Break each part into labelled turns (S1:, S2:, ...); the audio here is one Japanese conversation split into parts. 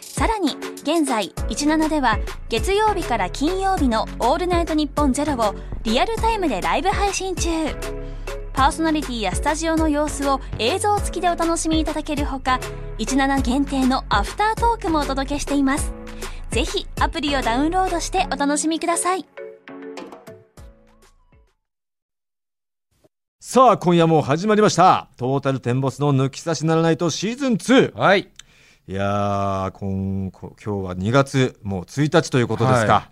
S1: さらに現在17では月曜日から金曜日の「オールナイトニッポンゼロをリアルタイムでライブ配信中パーソナリティやスタジオの様子を映像付きでお楽しみいただけるほか17限定のアフタートークもお届けしていますぜひアプリをダウンロードしてお楽しみください
S2: さあ今夜も始まりましたトータルテンボスの抜き差しならないとシーズン2
S3: はい。
S2: いやー今こ今日は2月もう1日ということですか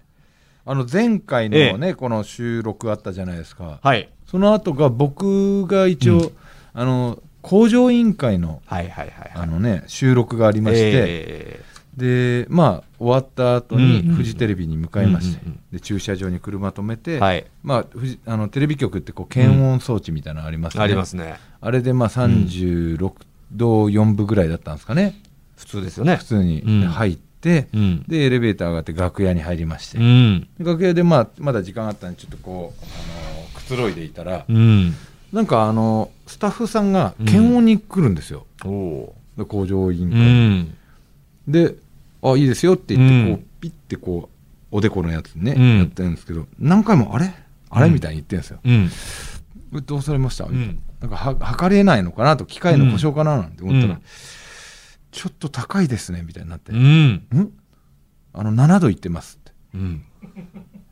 S3: あの、前回の
S2: え
S3: ね、この収録あったじゃないですか。
S2: はい、
S3: その後が僕が一応、あの、工場委員会の、
S2: はい、はいはいはい
S3: あのね、収録がありまして、
S2: え
S3: で、まあ、終わった後に
S2: うん
S3: フジテレビに向かいまして、
S2: うんうん
S3: で、駐車場に車止めて、
S2: ーはい
S3: まあ、フジあのテレビ局ってこう検温装置みたいなのありますよね、
S2: ありますね
S3: あれでまあ36度4分ぐらいだったんですかね、
S2: 普通ですよね
S3: 普通に
S2: うん
S3: 入って、
S2: うん
S3: でエレベーター上がって楽屋に入りまして、
S2: うん
S3: で楽屋でまあまだ時間あったんでちょっとこう、あのーくつろいでいたら、
S2: うん
S3: なんかあのースタッフさんが検温に来るんですよ、
S2: おお
S3: で工場委員
S2: う
S3: 会、
S2: ん
S3: で「あいいですよ」って言ってこう、
S2: うん
S3: ピッてこうおでこのやつね、
S2: うん
S3: やってるんですけど何回も「あれあれ?」
S2: うん
S3: みたいに言ってるんですよ、
S2: うん
S3: えどうされましたみたいな,、
S2: うん
S3: なんかは測れないのかなと機械の故障かななんて思ったら、
S2: うん
S3: ちょっと高いですねみたいになって
S2: う
S3: 「
S2: んん
S3: あの7度いってます」って
S2: うん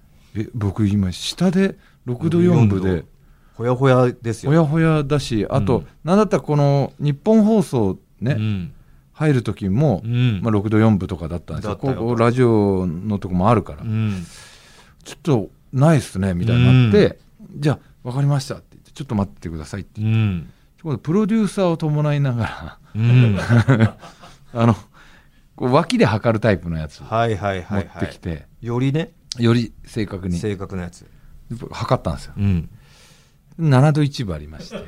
S3: 「え僕今下で6度4分で
S2: ほやほやですよ
S3: ほやほやだしあと、
S2: うん
S3: なんだったらこの日本放送ね、
S2: うん
S3: 入る時も、
S2: うん
S3: まあ、6度4分とかだったんですよ
S2: だったよ
S3: ここラジオのとこもあるから、
S2: うん
S3: ちょっとないっすねみたいになって、じゃあ分かりましたって言ってちょっと待っててくださいって
S2: うんうん
S3: 今度プロデューサーを伴いなが
S2: うん
S3: らあのこう脇で測るタイプのやつ持
S2: はいはいは
S3: っ
S2: いは
S3: てき
S2: い
S3: て、
S2: よりね
S3: より正確に
S2: 正確なやつ
S3: 測ったんですよ
S2: うん
S3: 7度1分ありまして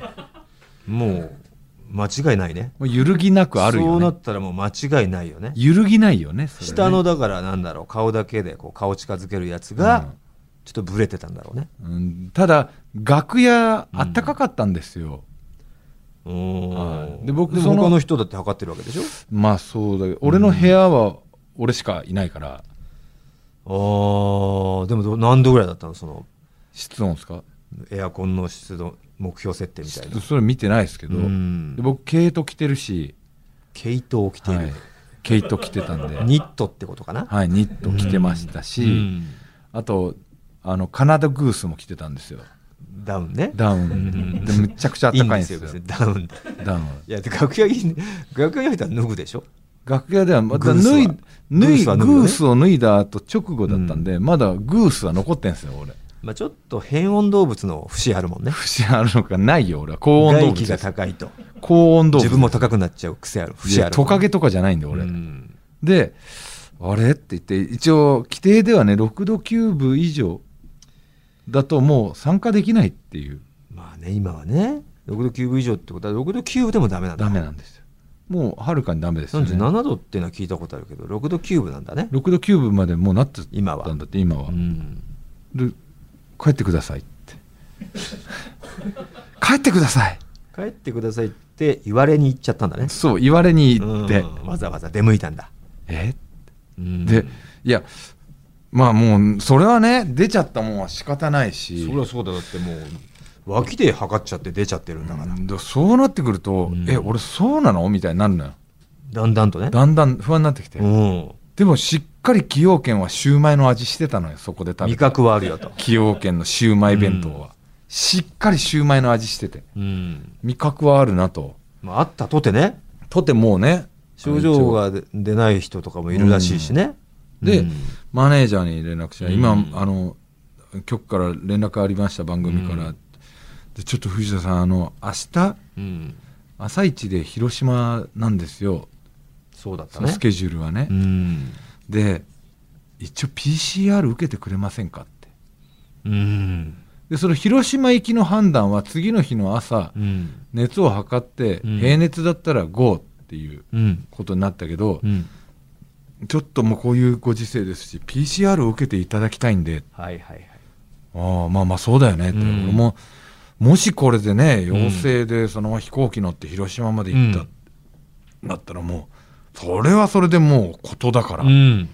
S3: も
S2: もう間違いないね
S3: う揺るぎなくある
S2: そう
S3: よ
S2: な
S3: ね
S2: ったらもう間違いないよね
S3: 揺るぎないよねそれね
S2: 下のだからなんだろう顔だけでこう顔近づけるやつ
S3: うん
S2: がちょっとブレてたんだろうね
S3: うんただ楽屋あったかかったんですよ、
S2: うん
S3: で僕
S2: で
S3: そ
S2: も
S3: の
S2: 他の人だって測ってるわけでしょ
S3: まあそうだけど俺の部屋は俺しかいないから
S2: ああでもど何度ぐらいだったのその
S3: 室温ですか
S2: エアコンの湿度目標設定みたいな
S3: それ見てないですけど、
S2: うん
S3: で僕毛糸着てるし、
S2: 毛糸を着ている、
S3: はい毛糸着てた んで
S2: ニットってことかな、
S3: はい、ニット着てましたし、
S2: うん
S3: あとあのカナダグースも着てたんですよ
S2: ダウンね
S3: ダウ
S2: ん
S3: ンでむちゃくちゃ
S2: いい
S3: 暖
S2: ん
S3: かい
S2: で
S3: んです
S2: す
S3: よ
S2: よ別にダウン
S3: ダウン
S2: いやで楽屋に楽屋に入ったら脱ぐでしょ
S3: 楽屋ではま
S2: グ
S3: た
S2: ースは
S3: 脱い脱い
S2: グ
S3: グ
S2: ー
S3: ー
S2: ス
S3: ス,、
S2: は脱ぐよね
S3: を脱いだ後直後だったんで、まだグースは残ってんすよ俺
S2: まあちょっと変温動物の節あるもんね
S3: 節あるのかないよ俺は高温動
S2: 外
S3: 物
S2: 気が
S3: です
S2: 高いと
S3: 高温動物
S2: 自分も高くなっちゃう癖ある
S3: い
S2: 節あ
S3: や
S2: る
S3: トカゲとかじゃないんで俺、であれって言って一応規定ではね6度9分以上だともう参加できないっていう
S2: まあね今はね6度9分以上ってことは6度9分でもダメなんだ
S3: ダメなんですよもうはるかにダメですよ、ね、
S2: 37度っていうのは聞いたことあるけど6度9分なんだね
S3: 6度9分までもうなって
S2: 今
S3: た
S2: は
S3: んだって今は、
S2: うん
S3: で帰ってくださいって帰ってください
S2: 帰ってくださいって言われに行っちゃったんだね
S3: そう言われに行って、
S2: うんわざわざ出向いたんだ
S3: え
S2: で
S3: でいやまあもうそれはね出ちゃったもんは仕方ないし
S2: そりゃそうだだってもう脇で測っちゃって出ちゃってるんだから
S3: だそうなってくると、
S2: うん
S3: え俺そうなのみたいになるのよ
S2: だんだんとね
S3: だんだん不安になってきて、
S2: うん
S3: でもしっかり崎陽軒はシューマイの味してたのよそこで食べ
S2: 味
S3: た
S2: 覚はあるよと
S3: 崎陽軒のシューマイ弁当は、
S2: うん
S3: しっかりシューマイの味してて
S2: うん
S3: 味覚はあるなと
S2: まああったとてね
S3: とてもうね
S2: 症状が出出ない人とかもいるらしいしね
S3: で、
S2: うん
S3: マネージャーに連絡して、今
S2: うん
S3: あの局から連絡ありました番組か
S2: う
S3: ら、
S2: ん
S3: でちょっと藤田さんあの明日
S2: うん
S3: 朝一で広島なんですよ
S2: そうだった
S3: その
S2: ね
S3: スケジュールはね、
S2: うん
S3: で一応 PCR 受けてくれませんかって
S2: うん
S3: でその広島行きの判断は次の日の朝
S2: うん
S3: 熱を測って
S2: うん
S3: 平熱だったら5っていう
S2: うん
S3: ことになったけど
S2: う、ん
S3: ちょっともうこういうご時世ですし PCR を受けていただきたいんで
S2: はいはいはい
S3: ああまあまあそうだよねって、
S2: うん
S3: 俺ももしこれでね陽性でそのまま飛行機乗って広島まで行った、
S2: うん
S3: だったらもうそれはそれでもうことだから、
S2: うん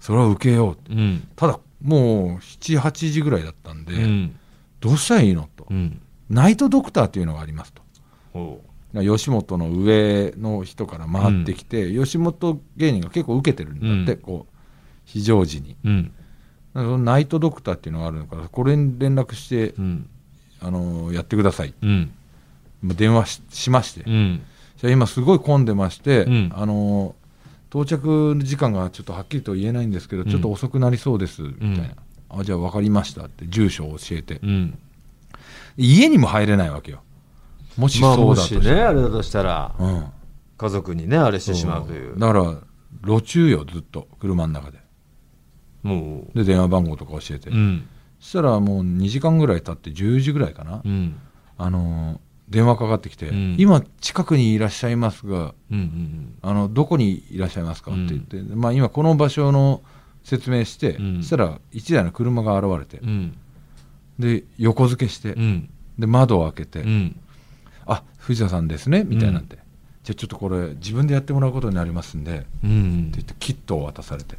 S3: それは受けよう
S2: うん
S3: ただもう78時ぐらいだったんで、
S2: うん
S3: どうしたらいいのと、
S2: うん
S3: ナイトドクターっていうのがありますと
S2: ほ
S3: 吉本の上の人から回ってきて、吉本芸人が結構受けてるんだって、
S2: うん
S3: こう非常時に
S2: ううん
S3: だからそのナイトドクターっていうのがあるからこれに連絡して、
S2: うん
S3: あのやってください
S2: うん
S3: まあ電話ししまして、
S2: うん
S3: じゃあ今すごい混んでまして、
S2: うん
S3: あの到着時間がちょっとはっきりと言えないんですけど、
S2: うん
S3: ちょっと遅くなりそうですみたいな、あじゃあ分かりましたって住所を教えて、
S2: うん
S3: 家にも入れないわけよもし
S2: ま
S3: そ
S2: あ
S3: う
S2: も
S3: だと
S2: し
S3: した
S2: ね
S3: ら
S2: あれだとしたら
S3: うん、
S2: 家族にねあれしてしまうとい
S3: そうだから路中よずっと車の中で
S2: もう
S3: で電話番号とか教えて、
S2: うん
S3: そしたらもう2時間ぐらい経って10時ぐらいかな、
S2: うん
S3: あの電話かかってきて、
S2: うん
S3: 今近くにいらっしゃいますが
S2: うんうん
S3: あのどこにいらっしゃいますか?」っ
S2: う
S3: て
S2: ん
S3: 言って、まあ、今この場所の説明して、
S2: うん
S3: そしたら1台の車が現れ
S2: う
S3: て、
S2: ん
S3: で横付けして、
S2: うん
S3: で窓を開けて「
S2: うん
S3: あ藤田さんですね」みたいになって、じゃあちょっとこれ自分でやってもらうことになりますんで」って
S2: うん
S3: 言ってキットを渡されて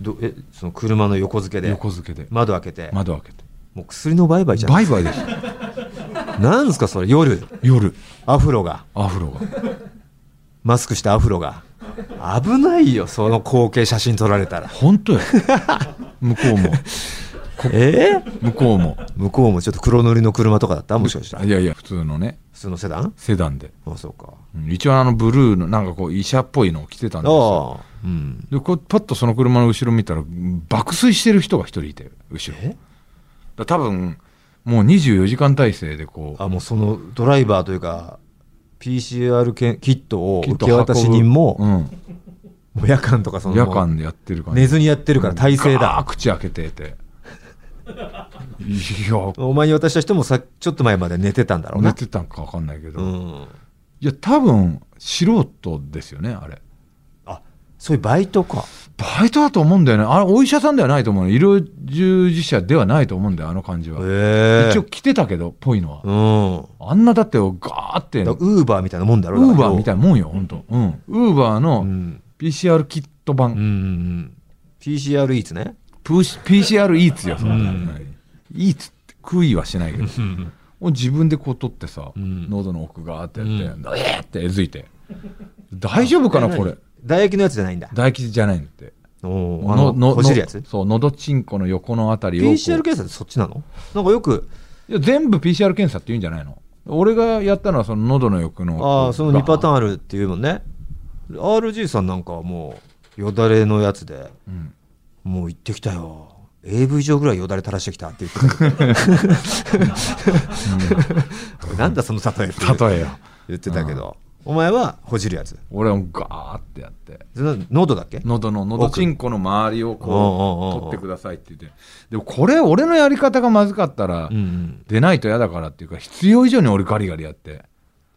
S2: どえその車の横付けで
S3: 横付けで
S2: 窓開けて
S3: 窓開けて
S2: もう薬の売買じゃん
S3: バイバイです
S2: なんですかそれ夜
S3: 夜
S2: アフロが
S3: アフロが
S2: マスクしたアフロが危ないよその光景写真撮られたら
S3: 本当 よ向こうも
S2: えー
S3: 向こうも
S2: 向こうもちょっと黒塗りの車とかだったもしかしたら
S3: いやいや普通のね
S2: 普通のセダン
S3: セダンで
S2: あそうか
S3: うん一応あのブルーのなんかこう医者っぽいのを着てたんですよ
S2: ああうん
S3: でこうパッとその車の後ろ見たら爆睡してる人が一人いて後ろだ
S2: え
S3: から多分もう24時間体制でこう
S2: あもうそのドライバーというか PCR けんキットを
S3: きっ
S2: 受
S3: と
S2: け
S3: 運ぶ
S2: 渡し人も,、
S3: う
S2: もう夜間とかそ
S3: ん
S2: の
S3: 夜間でやってる感じ
S2: 寝ずにやってるから体勢
S3: ガー
S2: だ
S3: 口開けて ていや
S2: お前に渡した人もさちょっと前まで寝てたんだろう
S3: 寝
S2: な
S3: てたんか分かんないけど、
S2: う
S3: い
S2: ん
S3: や多分素人ですよねあれ
S2: あそういうバイトか
S3: バイトだと思うんだよねあれお医者さんではないと思うの医療従事者ではないと思うんだよあの感じは、
S2: ええ
S3: 一応着てたけどぽいのは、
S2: うん
S3: あんなだってガーって
S2: だからウーバーみたいなもんだろ
S3: ウーバーみた
S2: い
S3: いなもんよ、本当。うん。ウーバー
S2: う
S3: の
S2: ん
S3: PCR キット
S2: うんう
S3: 版、
S2: ん PCR イーツね
S3: プーシ PCR イーツよ、それ
S2: うん
S3: はいイーツって食いはしないけど、も
S2: うん
S3: う自分でこう取ってさ、
S2: うん
S3: 喉の奥がーってや
S2: う
S3: って、えーってえずいて。大丈夫かな、これ。
S2: 唾液のやつじゃないんだ
S3: 唾液じゃないんだって。
S2: おーあのほじるやつ
S3: そう、喉チンコの横のあたりをこう。
S2: PCR 検査ってそっちなのなんかよく
S3: いや全部 PCR 検査って言うんじゃないの俺がやったのはその喉の横の。
S2: ああその2パター
S3: ン。
S2: ンあるっていうもんね RG さんなんかはもうよだれのやつで
S3: うん
S2: もう行ってきたよ AV 上ぐらいよだれ垂らしてきたって言ってたなんだその例えって
S3: 例えよ。
S2: 言ってたけどお前はほじるやつ
S3: 俺はもうガーってやって。
S2: それ喉だっけ
S3: 喉の喉チンコの周りをこう
S2: おうおうおうおう
S3: 取ってくださいって言ってでもこれ俺のやり方がまずかったら、
S2: うん
S3: 出ないと嫌だからっていうか必要以上に俺ガリガリやって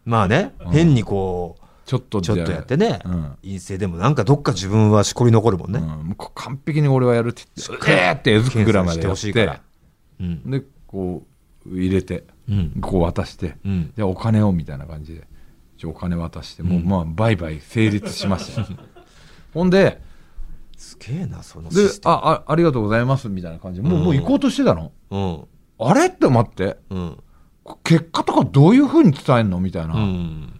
S2: まあね変にこ
S3: ちょっと
S2: う
S3: で
S2: ちょっとやってね
S3: うん
S2: 陰性でもなんかどっか自分はしこり残るもん
S3: う
S2: ね
S3: ん、もうこう完璧に俺はやるって言ってえーってえずくぐらいまでや
S2: 検
S3: っ
S2: 査してほし
S3: て
S2: いからうん
S3: でこう入れて
S2: うん
S3: こう渡して、
S2: うん
S3: じゃあお金をみたいな感じでじゃあお金渡して、もうまあ売買成立し ましたよほんです
S2: げえなその
S3: で
S2: システ
S3: ああありがとうございますみたいな感じでもう,、もう行こうとしてたの
S2: ムうん
S3: あれって待って
S2: うん
S3: 結果とかどういうふうに伝えんのみたいな、
S2: うん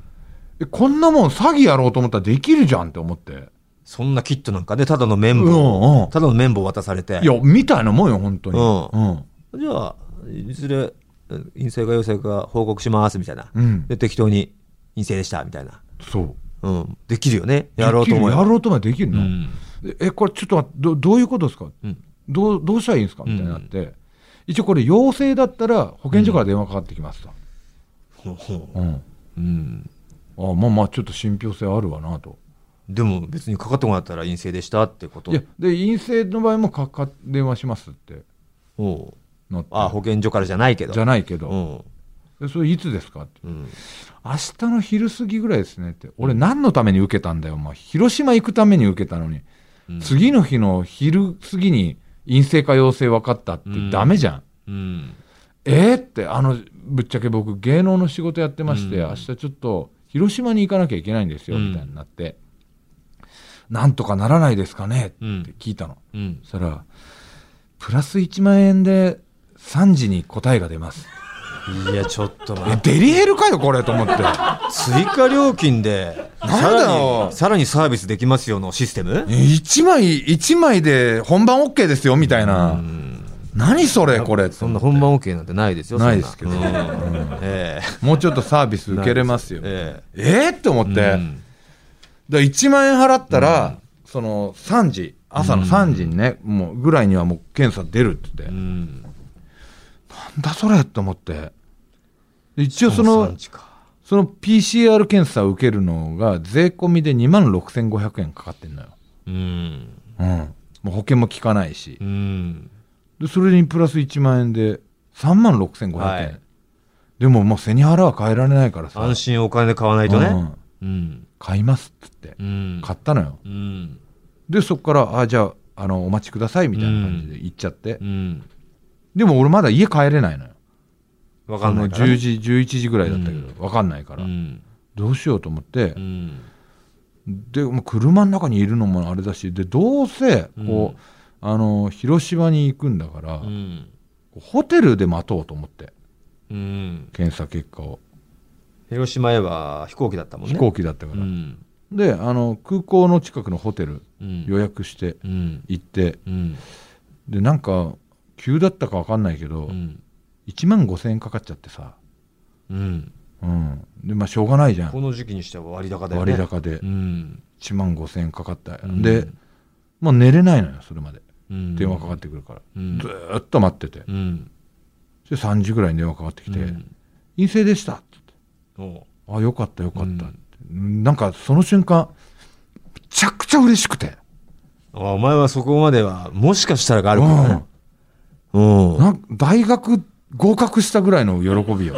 S3: えこんなもん詐欺やろうと思ったらできるじゃんって思って
S2: そんなキットなんかね、ただの綿
S3: うんう
S2: 棒
S3: ん、
S2: ただの綿棒渡されて、
S3: いやみたいなもんよ本当に
S2: うん
S3: うん
S2: じゃあ、いずれえ陰性か陽性か報告しますみたいな、
S3: うん
S2: で適当に陰性でしたみたいな、
S3: そう
S2: うん、できるよね、やろうと思え
S3: できる
S2: ば
S3: やろうと思えばできるの、
S2: うん
S3: でえこれちょっと待ってどどういうことですか、
S2: うん
S3: どうどうしたらいいんですかみたいになって、一応これ陽性だったら保健所から電話かかってきますと、
S2: ほうほ
S3: うん
S2: ううん
S3: あまあまあちょっと信憑性あるわなと
S2: でも別にかかってもらったら陰性でしたってこと
S3: いやで陰性の場合もかか電話しますって
S2: おう
S3: なって
S2: あ保健所からじゃないけど
S3: じゃないけど、
S2: うん
S3: でそれいつですかって
S2: うん
S3: 明日の昼過ぎぐらいですねって俺何のために受けたんだよお前広島行くために受けたのに、
S2: うん
S3: 次の日の昼過ぎに陰性か陽性分かったっ
S2: う
S3: て
S2: ん
S3: ダメじゃん、
S2: うん
S3: えー、ってあのぶっちゃけ僕芸能の仕事やってまして、
S2: うん
S3: 明日ちょっと広島に行かなきゃいけないんですよ、
S2: うん
S3: みたいになってなんとかならないですかね
S2: うん
S3: って聞いたの、
S2: うん
S3: そしたらプラス1万円で3時に答えが出ます
S2: いやちょっと待
S3: え
S2: って
S3: デリヘルかよこれと思って
S2: 追加料金で
S3: なん
S2: さ
S3: だ
S2: ら
S3: よ
S2: にさらにサービスできますよのシステム
S3: 1枚1枚で本番 OK ですよみたいな、
S2: うん
S3: 何それこれ
S2: そんな本番 OK なんてないですよ
S3: ないですけど
S2: そんなうん
S3: うん
S2: え
S3: もうちょっとサービス
S2: え
S3: 受けれますよ
S2: え
S3: えー、って思
S2: え
S3: って、
S2: うん
S3: だ1万円払ったら、その3時朝の3時にね、もうぐらいにはもう検査出るって言って、
S2: うん
S3: なんだそれと思ってで一応そ
S2: 産
S3: の
S2: 地か
S3: その PCR 検査を受けるのが税込みで2万6500円かかってんのよ、
S2: うん
S3: うん、もう保険も効かないし
S2: うん
S3: でそれにプラス1万円で3万6500円、
S2: はい
S3: でももう背に腹は変えられないからさ
S2: 安心お金で買わないとねうん
S3: 買いますっつって
S2: うん
S3: 買ったのよ
S2: うん
S3: でそこからあじゃああのお待ちくださいみたいな感じで行っちゃって、
S2: うん
S3: でも俺まだ家帰れないのよ。
S2: わかんないから
S3: そ
S2: ね
S3: の10時、11時ぐらいだったけど、
S2: うん
S3: わかんないから、
S2: うん
S3: どうしようと思って
S2: う、ん
S3: で、もう車の中にいるのもあれだし、で、どうせ、こう、あの、広島に行くんだから、
S2: うん
S3: ホテルで待とうと思って、
S2: うん
S3: 検査結果を。
S2: 広島へは飛行機だったもんね
S3: 飛行機だったか
S2: う
S3: ら。
S2: ん
S3: で、あの、空港の近くのホテル
S2: うん
S3: 予約して
S2: うん
S3: 行って、
S2: うん
S3: で、なんか、急だったかわかんないけど、
S2: うん
S3: 1万5千円かかっちゃってさ、
S2: うん
S3: うん。で、まあ、しょうがないじゃ
S2: こ
S3: ん。
S2: の時期にしては割高だよね
S3: 割高で
S2: う。ん
S3: 1万5千円かかった、
S2: うん
S3: でもう寝れないのよそれまで
S2: うん
S3: 電話かかってくるから、
S2: うん
S3: ずーっと待ってて
S2: うん
S3: で3時ぐらいに電話かかってきて「
S2: うん
S3: 陰性でした」って言って
S2: おう
S3: 「あよかったよかった」って、なんかその瞬間めちゃくちゃ嬉しくて、
S2: あお前はそこまではもしかしたらがある
S3: う
S2: からね
S3: ん
S2: うん
S3: なんか大学合格したぐらいの喜 びよ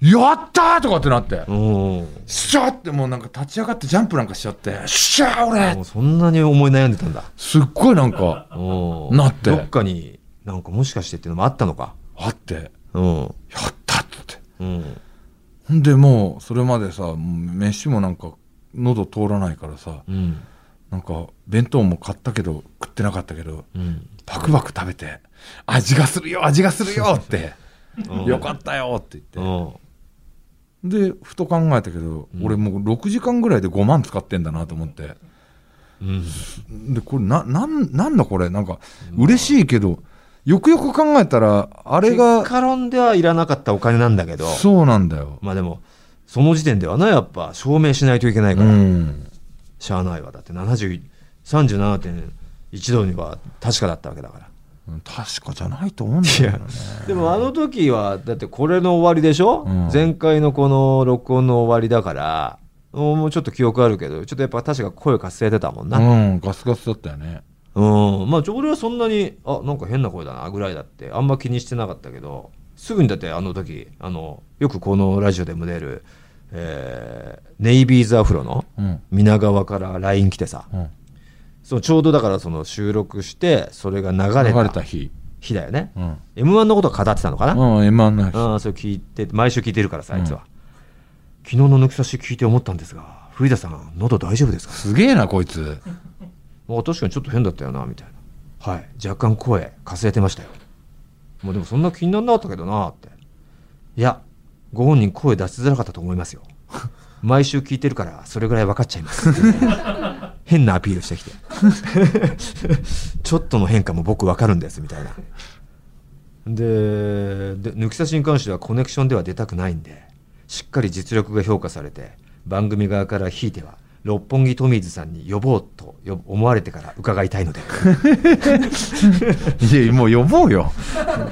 S3: やったーとかってなって
S2: うん
S3: シャーってもうなんか立ち上がってジャンプなんかしちゃって「シャー
S2: も
S3: 俺!
S2: うそんなに思い悩んでたんだ」
S3: すっごいなんか
S2: うん
S3: なって
S2: どっかになんかもしかしてっていうのもあったのか
S3: あって「や
S2: うん
S3: った!」っつって
S2: うん
S3: ほんでもうそれまでさもう飯もなんか喉通らないからさ
S2: うん
S3: なんか弁当も買ったけど食ってなかったけど
S2: うん
S3: パクパク食べて味がするよ味がするよって
S2: うん
S3: よかったよって
S2: う
S3: 言って
S2: ん
S3: でふと考えたけど
S2: うん
S3: 俺もう6時間ぐらいで5万使ってんだなと思って
S2: うん
S3: でこれななんなんだこれなんか嬉しいけどよくよく考えたらあれ
S2: 結
S3: が
S2: 果論ではいらなかったお金なんだけど
S3: そうなんだよ
S2: まあでもその時点ではなやっぱ証明しないといけないか
S3: う
S2: ら、
S3: ん
S2: しゃあないわだって70 37.1度には確かだったわけだから
S3: 確かじゃないと思うんだけどね
S2: でもあの時はだってこれの終わりでしょ、
S3: うん
S2: 前回のこの録音の終わりだからもうちょっと記憶あるけどちょっとやっぱ確か声かすれてたもんな
S3: うんガスガスだったよね
S2: うん、まあ俺はそんなにあなんか変な声だなぐらいだってあんま気にしてなかったけどすぐにだってあの時あのよくこのラジオでも出る、えーネイビーズアフロの
S3: うん
S2: 皆川から LINE 来てさ
S3: うん
S2: そのちょうどだからその収録してそれが流れ
S3: 流れた
S2: た
S3: 日、
S2: 日だよね
S3: う、ん、
S2: m 1のことを語ってたのかな、
S3: うん、M1 の日、
S2: ああそれ聞いて毎週聞いてるからさあいつは、昨日の抜き差し聞いて思ったんですが古田さん喉大丈夫ですか
S3: すげえなこいつ
S2: あ確かにちょっと変だったよなみたいなはい若干声かすれてましたよもうでもそんな気にならなかったけどなっていやご本人声出しづらかったと思いますよ 毎週聞いてるからそれぐらい分かっちゃいます 変なアピールしてきて ちょっとの変化も僕分かるんですみたいなでで抜き差しに関してはコネクションでは出たくないんでしっかり実力が評価されて番組側からひいては六本木トミーズさんに呼ぼうとよ思われてから伺いたいので
S3: いやもう呼ぼ うよ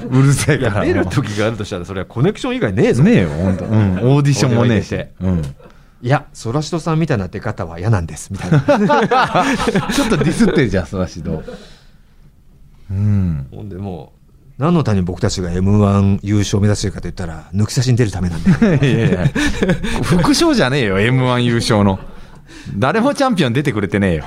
S3: うるせえから
S2: 出る時があるとしたらそれはコネクション以外ねえぞ
S3: ねえよ本当、うん、オーディションもねえし、
S2: 俺
S3: うん、
S2: いやソラシドさんみたいな出方は嫌なんですみたいな
S3: ちょっとディスってるじゃんそらしどうん
S2: ほんでもう何のために僕たちが m 1優勝を目指してるかと言ったら抜き差しに出るため なんだよ
S3: いやいや副賞じゃねえよ m 1優勝の誰もチャンピオン出てくれてねえよ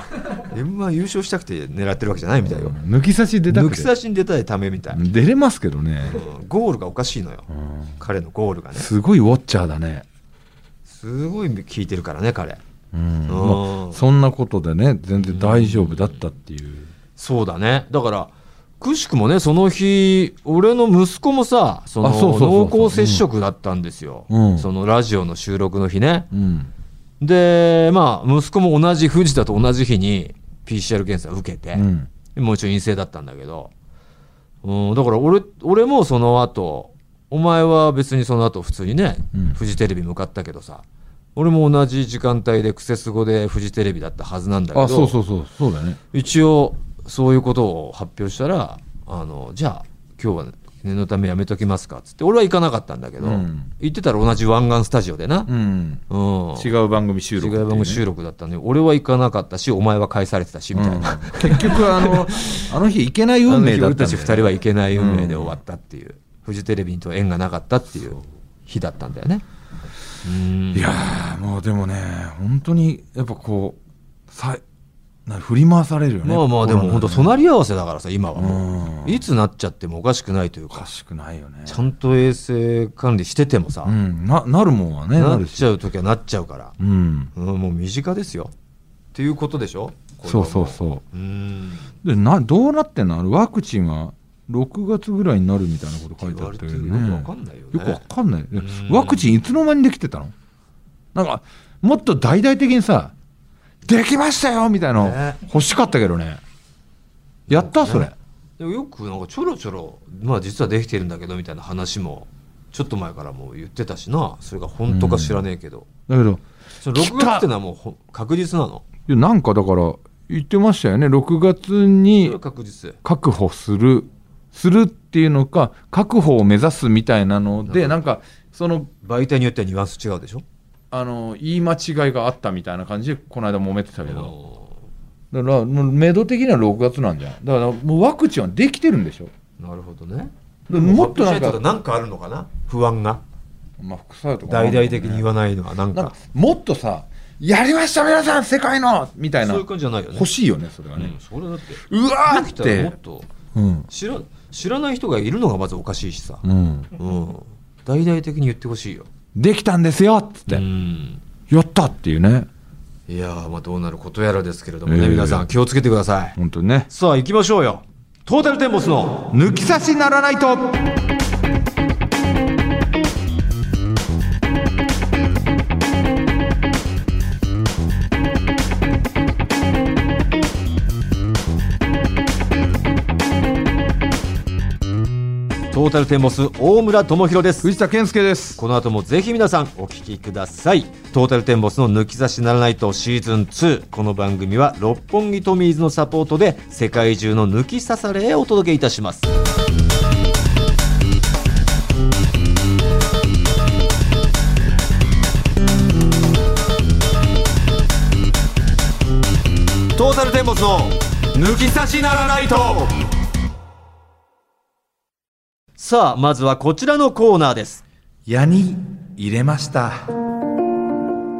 S2: m 1優勝したくて狙ってるわけじゃないみたいよ
S3: 抜き差し出た
S2: 抜
S3: く
S2: き
S3: て
S2: 差しに出たいためみたい、
S3: 出れますけどね、
S2: うんゴールがおかしいのよ
S3: うん
S2: 彼のゴールがね
S3: すごいウォッチャーだね、
S2: すごい聞いてるからね彼
S3: うん
S2: うん
S3: まあそんなことでね全然大丈夫だったっていう、
S2: そうだねだからくしくもねその日俺の息子もさその
S3: あそうそうそうそう
S2: 濃厚接触だったんですよ、
S3: うん
S2: そのラジオの収録の日ね
S3: うん
S2: でまあ息子も同じ藤田と同じ日に PCR 検査受けて、
S3: うん
S2: もう一応陰性だったんだけど、うん、だから俺俺もその後お前は別にその後普通にね、
S3: うん
S2: フジテレビ向かったけどさ俺も同じ時間帯でクセス語でフジテレビだったはずなんだけど
S3: あそうそうそうそうだね
S2: 一応そういうことを発表したらあのじゃあ今日は念のためやめときますかっつって俺は行かなかったんだけど、
S3: うん
S2: 行ってたら同じ湾岸スタジオでな、
S3: うん
S2: うん
S3: 違う番組収録
S2: 違う番組収録だったのに俺は行かなかったしお前は返されてたしみたいな、
S3: うん結局あのあの日行けない
S2: あ
S3: 運命だったんだよね
S2: の日俺たち2人は行けない運命で終わったっていう、フジテレビと縁がなかったっていう日だったんだよねうん
S3: いやーもうでもね本当にやっぱこうさな振り回されるよね
S2: まあまあでも本当
S3: な
S2: 隣り合わせだからさ今はも
S3: う
S2: うんいつなっちゃってもおかしくないという
S3: おか
S2: か
S3: しくないよね
S2: ちゃんと衛生管理しててもさ、
S3: うんななるもんはねな
S2: なっ
S3: るし
S2: ちゃう時はなっちゃうから、
S3: うん
S2: うん、もう身近ですよっていうことでしょ
S3: そうそう
S2: う
S3: そう
S2: うん
S3: うでなどうなってんのあれワクチンは6月ぐらいになるみたいなこと書いて
S2: 言
S3: あ
S2: わ
S3: っ
S2: れ
S3: た
S2: て
S3: け
S2: る
S3: ど
S2: よ
S3: ね
S2: くわかんないよね
S3: よくわかんないね
S2: うん
S3: ワクチンいつの間にできてたのなんかもっと大々的にさできましたよみたいな
S2: ね
S3: の欲しかったけどねやったそれ
S2: でもよくなんかちょろちょろまあ実はできてるんだけどみたいな話もちょっと前からもう言ってたしなそれが本当か知らねえけど、
S3: だけど
S2: その6
S3: 来
S2: 月
S3: た
S2: ってのはもうほん確実なの
S3: いやなんかだから言ってましたよね6月
S2: それ
S3: に
S2: は確実
S3: 確保するするっていうのか確保を目指すみたいなのでなんかその
S2: 媒体によってはニュアンス違うでしょ
S3: あの言い間違いがあったみたいな感じでこの間揉めてたけど
S2: あ
S3: だからもう目処的には6月なんじゃんだからもうワクチンはできてるんでしょ
S2: ーなるほどね
S3: でもっとな
S2: 発表
S3: ん
S2: しいこと
S3: か、
S2: なんかあるのかな不安が
S3: まあ、副作用とかもある
S2: 大
S3: んだろう
S2: 々
S3: ね
S2: 的に言わないのはなん
S3: な
S2: か
S3: んかもっとさやりました皆さん世界のみたいな
S2: そういう感じじゃないよね
S3: 欲しいよねそれは
S2: う
S3: ね
S2: ん、、それだって
S3: うわー
S2: でき
S3: っ
S2: たらも
S3: て
S2: っと
S3: うん、
S2: 知ら知らない人がいるのがまずおかしいしさ、
S3: うん、
S2: うん、大々的に言ってほしいよ、
S3: できたんですよっつって、
S2: うん、
S3: やったっていうね
S2: いやーまあどうなることやらですけれどもね、
S3: ええ
S2: 皆さん気をつけてください
S3: 本当にね
S2: さあ行きましょうよトータルテンボスの
S3: 抜き差しならないと
S2: トータルテンボス大村智弘です
S3: 藤田健介です
S2: この後もぜひ皆さんお聞きくださいトータルテンボスの抜き差しならないとシーズン2この番組は六本木トミーズのサポートで世界中の抜き差されへお届けいたしますトータルテンボスの抜き差しならないとさあまずはこちらのコーナーです
S3: 矢に入れました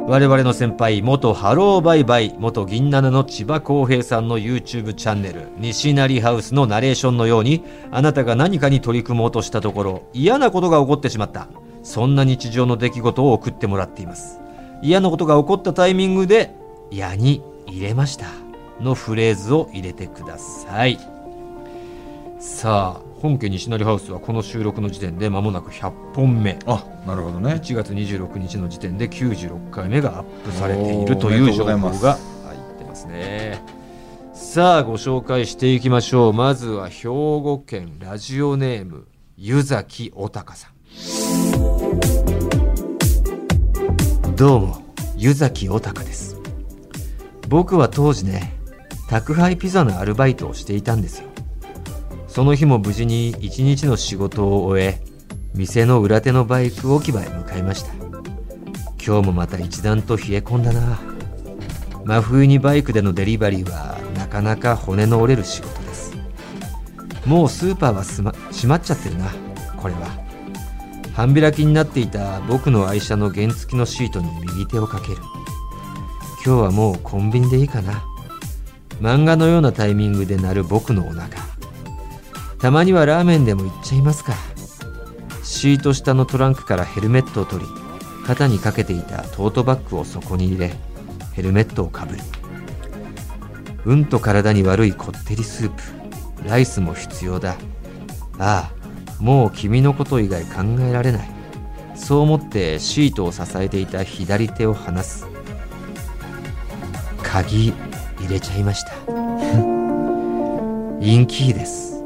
S2: 我々の先輩元ハローバイバイ元銀ナナの千葉公平さんの YouTube チャンネル西成ハウスのナレーションのようにあなたが何かに取り組もうとしたところ嫌なことが起こってしまったそんな日常の出来事を送ってもらっています嫌なことが起こったタイミングで「矢に入れました」のフレーズを入れてくださいさあ本家西成ハウスはこの収録の時点で間もなく100本目
S3: あなるほどね
S2: 1月26日の時点で96回目がアップされているという情報が入ってますねさあご紹介していきましょうまずは兵庫県ラジオネーム湯崎おたかさんどうも湯崎おたかです僕は当時ね宅配ピザのアルバイトをしていたんですよその日も無事に一日の仕事を終え店の裏手のバイク置き場へ向かいました今日もまた一段と冷え込んだな真冬にバイクでのデリバリーはなかなか骨の折れる仕事ですもうスーパーはすま閉まっちゃってるなこれは半開きになっていた僕の愛車の原付きのシートに右手をかける今日はもうコンビニでいいかな漫画のようなタイミングで鳴る僕のお腹たまにはラーメンでも行っちゃいますかシート下のトランクからヘルメットを取り肩にかけていたトートバッグをそこに入れヘルメットをかぶるうんと体に悪いこってりスープライスも必要だああもう君のこと以外考えられないそう思ってシートを支えていた左手を離す鍵入れちゃいましたインキーです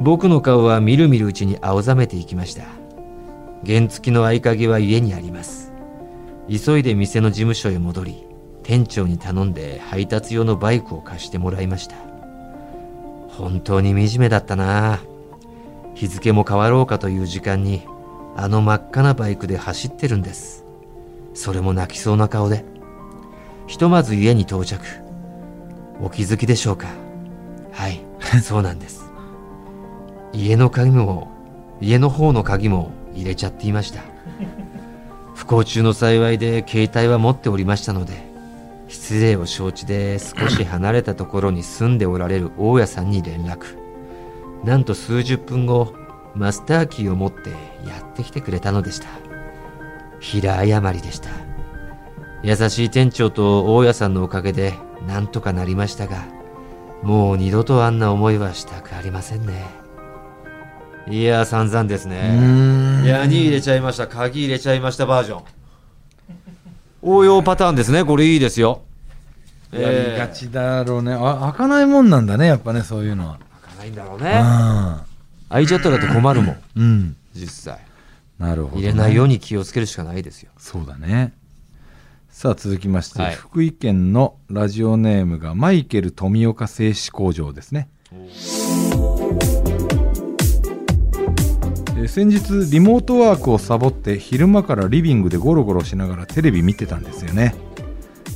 S2: 僕の顔はみるみるうちに青ざめていきました原付の合鍵は家にあります急いで店の事務所へ戻り店長に頼んで配達用のバイクを貸してもらいました本当に惨めだったな日付も変わろうかという時間にあの真っ赤なバイクで走ってるんですそれも泣きそうな顔でひとまず家に到着お気づきでしょうかはいそうなんです家の鍵も家の方の鍵も入れちゃっていました不幸中の幸いで携帯は持っておりましたので失礼を承知で少し離れたところに住んでおられる大家さんに連絡なんと数十分後マスターキーを持ってやってきてくれたのでした平誤りでした優しい店長と大家さんのおかげでなんとかなりましたがもう二度とあんな思いはしたくありませんねいやー散々です
S3: うー
S2: ね
S3: ん
S2: いやに入れちゃいました鍵入れちゃいましたバ ージョン応用パターンですねこれいいですよ
S3: やりがちだろうね、あ開かないもんなんだねやっぱねそういうのは
S2: 開かないんだろうね開いちゃったらだって困るもん
S3: うん、うん、
S2: 実際
S3: なるほどね、
S2: 入れないように気をつけるしかないですよ
S3: そうだねさあ続きまして、
S2: はい
S3: 福井県のラジオネームがマイケル富岡製紙工場ですねえー先日リモートワークをサボって昼間からリビングでゴロゴロしながらテレビ見てたんですよね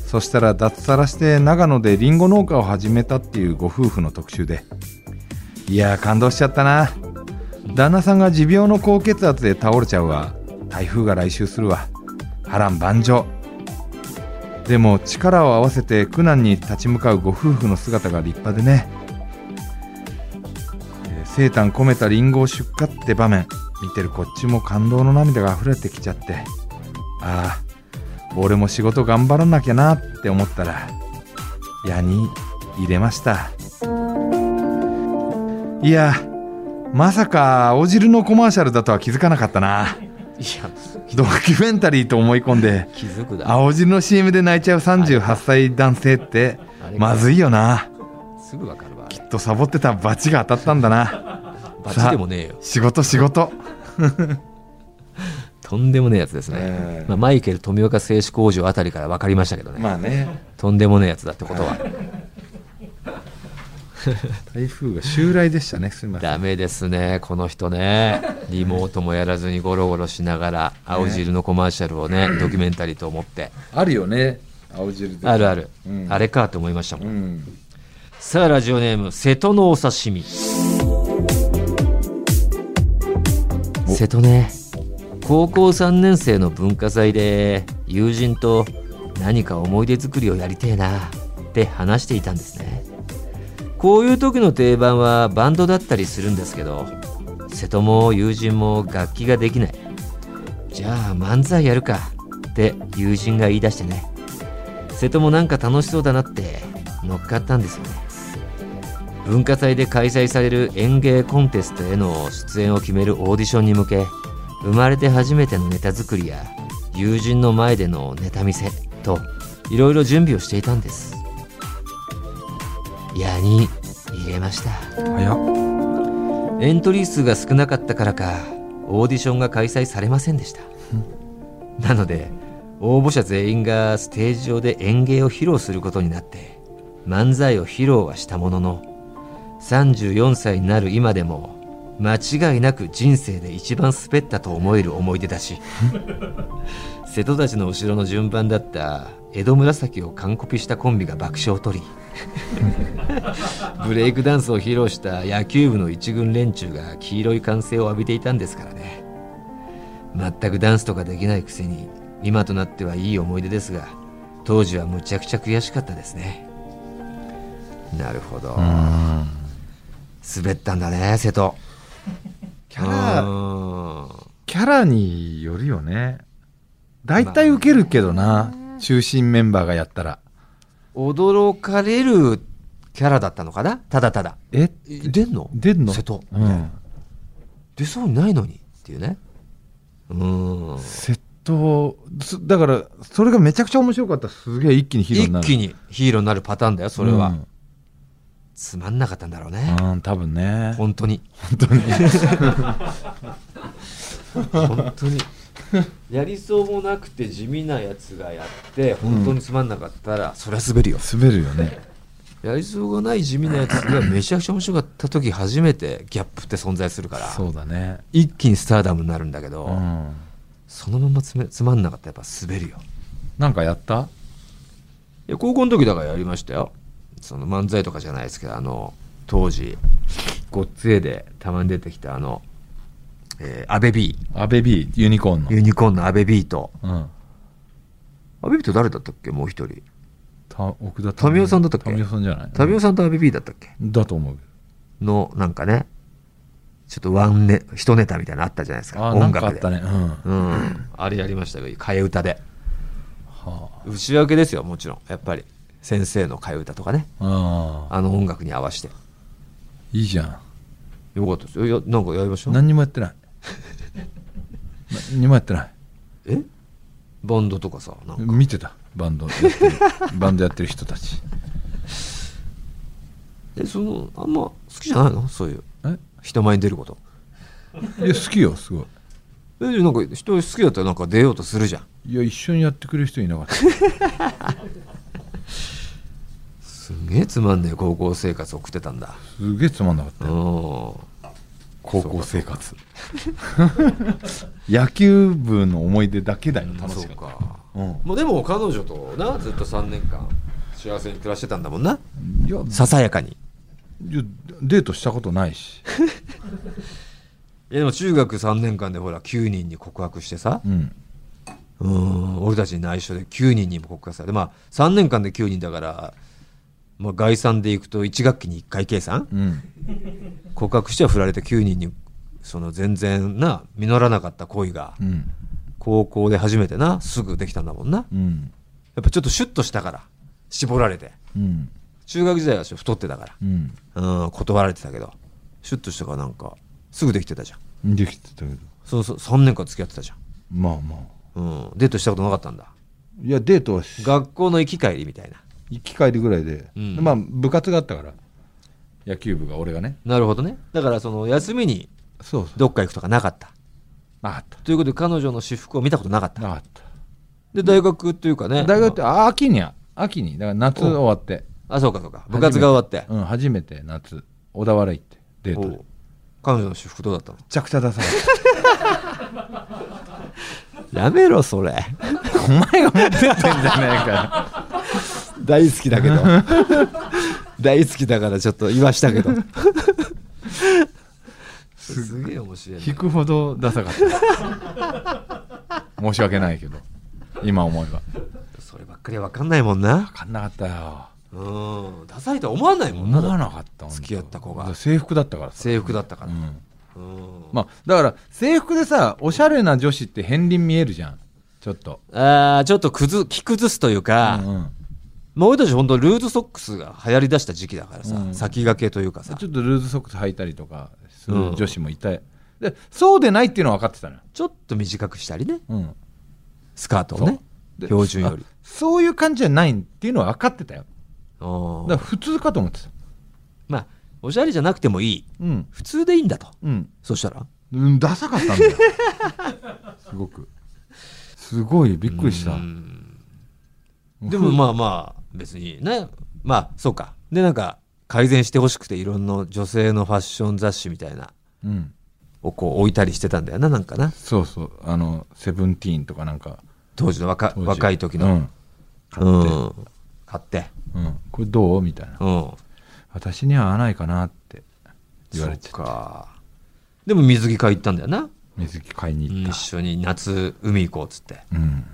S3: そしたら脱サラして長野でリンゴ農家を始めたっていうご夫婦の特集でいやー感動しちゃったな旦那さんが持病の高血圧で倒れちゃうわ台風が来襲するわ波乱万丈でも力を合わせて苦難に立ち向かうご夫婦の姿が立派でね、えー、生誕込めたリンゴを出荷って場面見てるこっちも感動の涙が溢れてきちゃってああ俺も仕事頑張らなきゃなって思ったら矢に入れましたいやまさか青汁のコマーシャルだとは気づかなかったない
S2: や
S3: ドキュメンタリーと思い込んで
S2: 気づくだ
S3: 青汁の CM で泣いちゃう38歳男性ってまずいよな
S2: すぐわかるわあれ
S3: きっとサボってたバチが当たったんだな
S2: バチでもねえよ
S3: 仕事仕事
S2: とんでもねえやつですね、
S3: ええ
S2: まあ、マイケル富岡製紙工場あたりから分かりましたけどね、
S3: あね
S2: とんでもねえやつだってことは
S3: 台風が襲来でしたねすみません
S2: ダメですね、この人ね。リモートもやらずにゴロゴロしながら、青汁のコマーシャルをね、ドキュメンタリーと思って。
S3: あるよね青汁
S2: あるある。
S3: うん
S2: あれかと思いましたもん。
S3: ん
S2: さあ、ラジオネーム、瀬戸のお刺身。
S3: お
S2: 瀬戸ね、高校3年生の文化祭で、友人と何か思い出作りをやりてえな、って話していたんですね。こういう時の定番はバンドだったりするんですけど、瀬戸も友人も楽器ができない。じゃあ漫才やるかって友人が言い出してね。瀬戸もなんか楽しそうだなって乗っかったんですよね。文化祭で開催される演芸コンテストへの出演を決めるオーディションに向け、生まれて初めてのネタ作りや友人の前でのネタ見せといろいろ準備をしていたんです。矢に入れました。
S3: 早っ
S2: エントリー数が少なかったからかオーディションが開催されませんでしたなので応募者全員がステージ上で演芸を披露することになって漫才を披露はしたものの34歳になる今でも間違いなく人生で一番滑ったと思える思い出だし 瀬戸たちの後ろの順番だった江戸紫を完コピしたコンビが爆笑を取り ブレイクダンスを披露した野球部の一軍連中が黄色い歓声を浴びていたんですからね全くダンスとかできないくせに今となってはいい思い出ですが当時はむちゃくちゃ悔しかったですねなるほど滑ったんだね瀬戸
S3: キャラ、
S2: うん
S3: キャラによるよね。大体受けるけどな、中心メンバーがやったら。
S2: 驚かれるキャラだったのかなただただ
S3: え
S2: 出んの
S3: 出んの
S2: 瀬戸、
S3: うん。
S2: 出そうにないのにっていうねうーん
S3: 窃盗、すだから、それがめちゃくちゃ面白かったらすげえ一気にヒーローにな
S2: 一
S3: る。
S2: 気
S3: に、
S2: にヒーローになるパターンだよそれは、
S3: うん
S2: つまんなかったんだろうね、
S3: うん、多分ね。
S2: 本当に
S3: 本当に。
S2: 本当 にやりそうもなくて地味なやつがやって本当につまんなかったら、そりゃ滑るよ
S3: 滑るよね。
S2: やりそうがない地味なやつ がめちゃくちゃ面白かった時初めてギャップって存在するから
S3: そうだね。
S2: 一気にスターダムになるんだけど、
S3: うん。
S2: そのままつめつまんなかったらやっぱ滑るよ
S3: なんかやった
S2: いや高校の時だからやりましたよその漫才とかじゃないですけどあの当時「ごっつえ」でたまに出てきたあの、えー、アベビ
S3: アベビユニコーンの
S2: ー。ユニコーンのアベビーと
S3: うん。
S2: アベビーと誰だったっけもう一人
S3: た奥田
S2: 民生さんだったっけ
S3: 民生さんじゃない
S2: 民生さんとアベビーだったっけ
S3: だと思うけ
S2: のなんかねちょっとワンネ一ネタみたいなのあったじゃないです
S3: ど。
S2: か
S3: あ、なん
S2: 音
S3: かあ
S2: 楽
S3: っ
S2: で
S3: たね。うん。は
S2: うんあれやりましたけど替え歌で
S3: あ。
S2: 内訳ですよもちろんやっぱり先生の替え歌とかね
S3: ああ。
S2: あの音楽に合わせて
S3: いいじゃん。
S2: よかったですよいやなんかやりましょう
S3: 何にもやってない。何にもやってない。
S2: えバンドとかさなんか
S3: 見てた。バンドや ってる。バンドやってる人たち。
S2: えそのあんま好きじゃないのそういう
S3: え
S2: 人前に出ること
S3: いや、好きよ、すごい。
S2: えなんか人好きだったらなんか出ようとするじゃん
S3: いや、一緒にやってくれる人いなかった。
S2: すげえつまんねえ高校生活送ってたんだ
S3: すげえつまんなかっ
S2: う
S3: た
S2: ん
S3: よ。高校生活。野球部の思い出だけだよ、楽
S2: そ
S3: し
S2: う
S3: かっ
S2: か
S3: た。うん。
S2: もうでも彼女となずっと3年間幸せに暮らしてたんだもんない
S3: や、
S2: ささやかにい
S3: いやデートしたことないし。
S2: やでも中学3年間でほら9人に告白してさ
S3: うん。
S2: うん俺たちに内緒で9人にも告白されてまあ3年間で9人だから、まあ、概算でいくと1学期に1回計算、
S3: うん。
S2: 告白しては振られた9人にその全然な実らなかった恋が
S3: うん。
S2: 高校で初めてなすぐできたんだもんな
S3: うん。
S2: やっぱちょっとシュッとしたから絞られて
S3: うん。
S2: 中学時代はちょっと太ってたか
S3: うん。
S2: らうん断られてたけどシュッとしたからなんかすぐできてたじゃん
S3: できてたけど。
S2: そうそう3年間付き合ってたじ
S3: まあま
S2: ゃ
S3: あ。
S2: ん、うん、デートしたことなかったんだ
S3: いや、デートはし
S2: 学校の行き帰りみたいな
S3: 行き帰りぐらいで、
S2: うん
S3: まあ部活があったから野球部が俺がね
S2: なるほどねだからその休みに
S3: そうそう
S2: どっか行くとかなかった
S3: なかった
S2: ということで彼女の私服を見たことなかった
S3: なかった
S2: で大学というかね
S3: 大学ってあ秋には秋にだから夏終わって、
S2: あそうかそうか部活が終わって
S3: うん、初めて夏小田原行ってデートで
S2: お
S3: め
S2: う彼女の私服どうだったの
S3: ちゃくちゃダサい
S2: やめろそれ
S3: お前が持ってってんじゃねえか
S2: 大好きだけ ど大好きだからちょっと言わしたけどすげえ面白い
S3: よ
S2: な
S3: 引くほどダサかった申し訳ないけど今思えば
S2: そればっかりは分かんないもんな
S3: 分かんなかったよ
S2: うんダサいとは思わないもん
S3: 思
S2: な
S3: わなかった本当
S2: 付き合った子が
S3: だから制服だったからさ
S2: 制服だったから
S3: うん
S2: うん
S3: まあ、だから制服でさおしゃれな女子って片鱗見えるじゃんちょっと、
S2: あーちょっとくず着崩すという
S3: う
S2: か、
S3: んうん
S2: まあ、俺たち本当ルーズソックスが流行りだした時期だからさ、
S3: うん
S2: 先駆けというかさ
S3: ちょっとルーズソックス履いたりとかす
S2: う
S3: る
S2: ん
S3: 女子もいたい、でそうでないっていうのは分かってたのよ、
S2: ちょっと短くしたりね
S3: うん、
S2: スカートをね
S3: で
S2: 標準より
S3: あそういう感じじゃないっていうのは分かってたよ
S2: うん
S3: だから普通かと思ってた
S2: まあおしゃれじゃなくてもいい
S3: うん
S2: 普通でいいんだと
S3: うん、
S2: そしたら
S3: うん、ダサかったんだよすごくすごいびっくりした
S2: うんでもまあまあ別にねまあそうかでなんか改善してほしくていろんな女性のファッション雑誌みたいな
S3: うん、
S2: をこう置いたりしてたんだよな、なんかな。
S3: そうそうあのセブンティーンとかなんか
S2: 当時の若
S3: 当時
S2: 若い時の。
S3: うん買って、う
S2: うん
S3: ん
S2: 買って。
S3: これどうみたいな、
S2: うん。
S3: 私には合わないかなって言われて
S2: そっか。でも水着買い行ったんだよな。
S3: 水着買いに行っ
S2: 一緒に夏海行こうっつって。
S3: たうん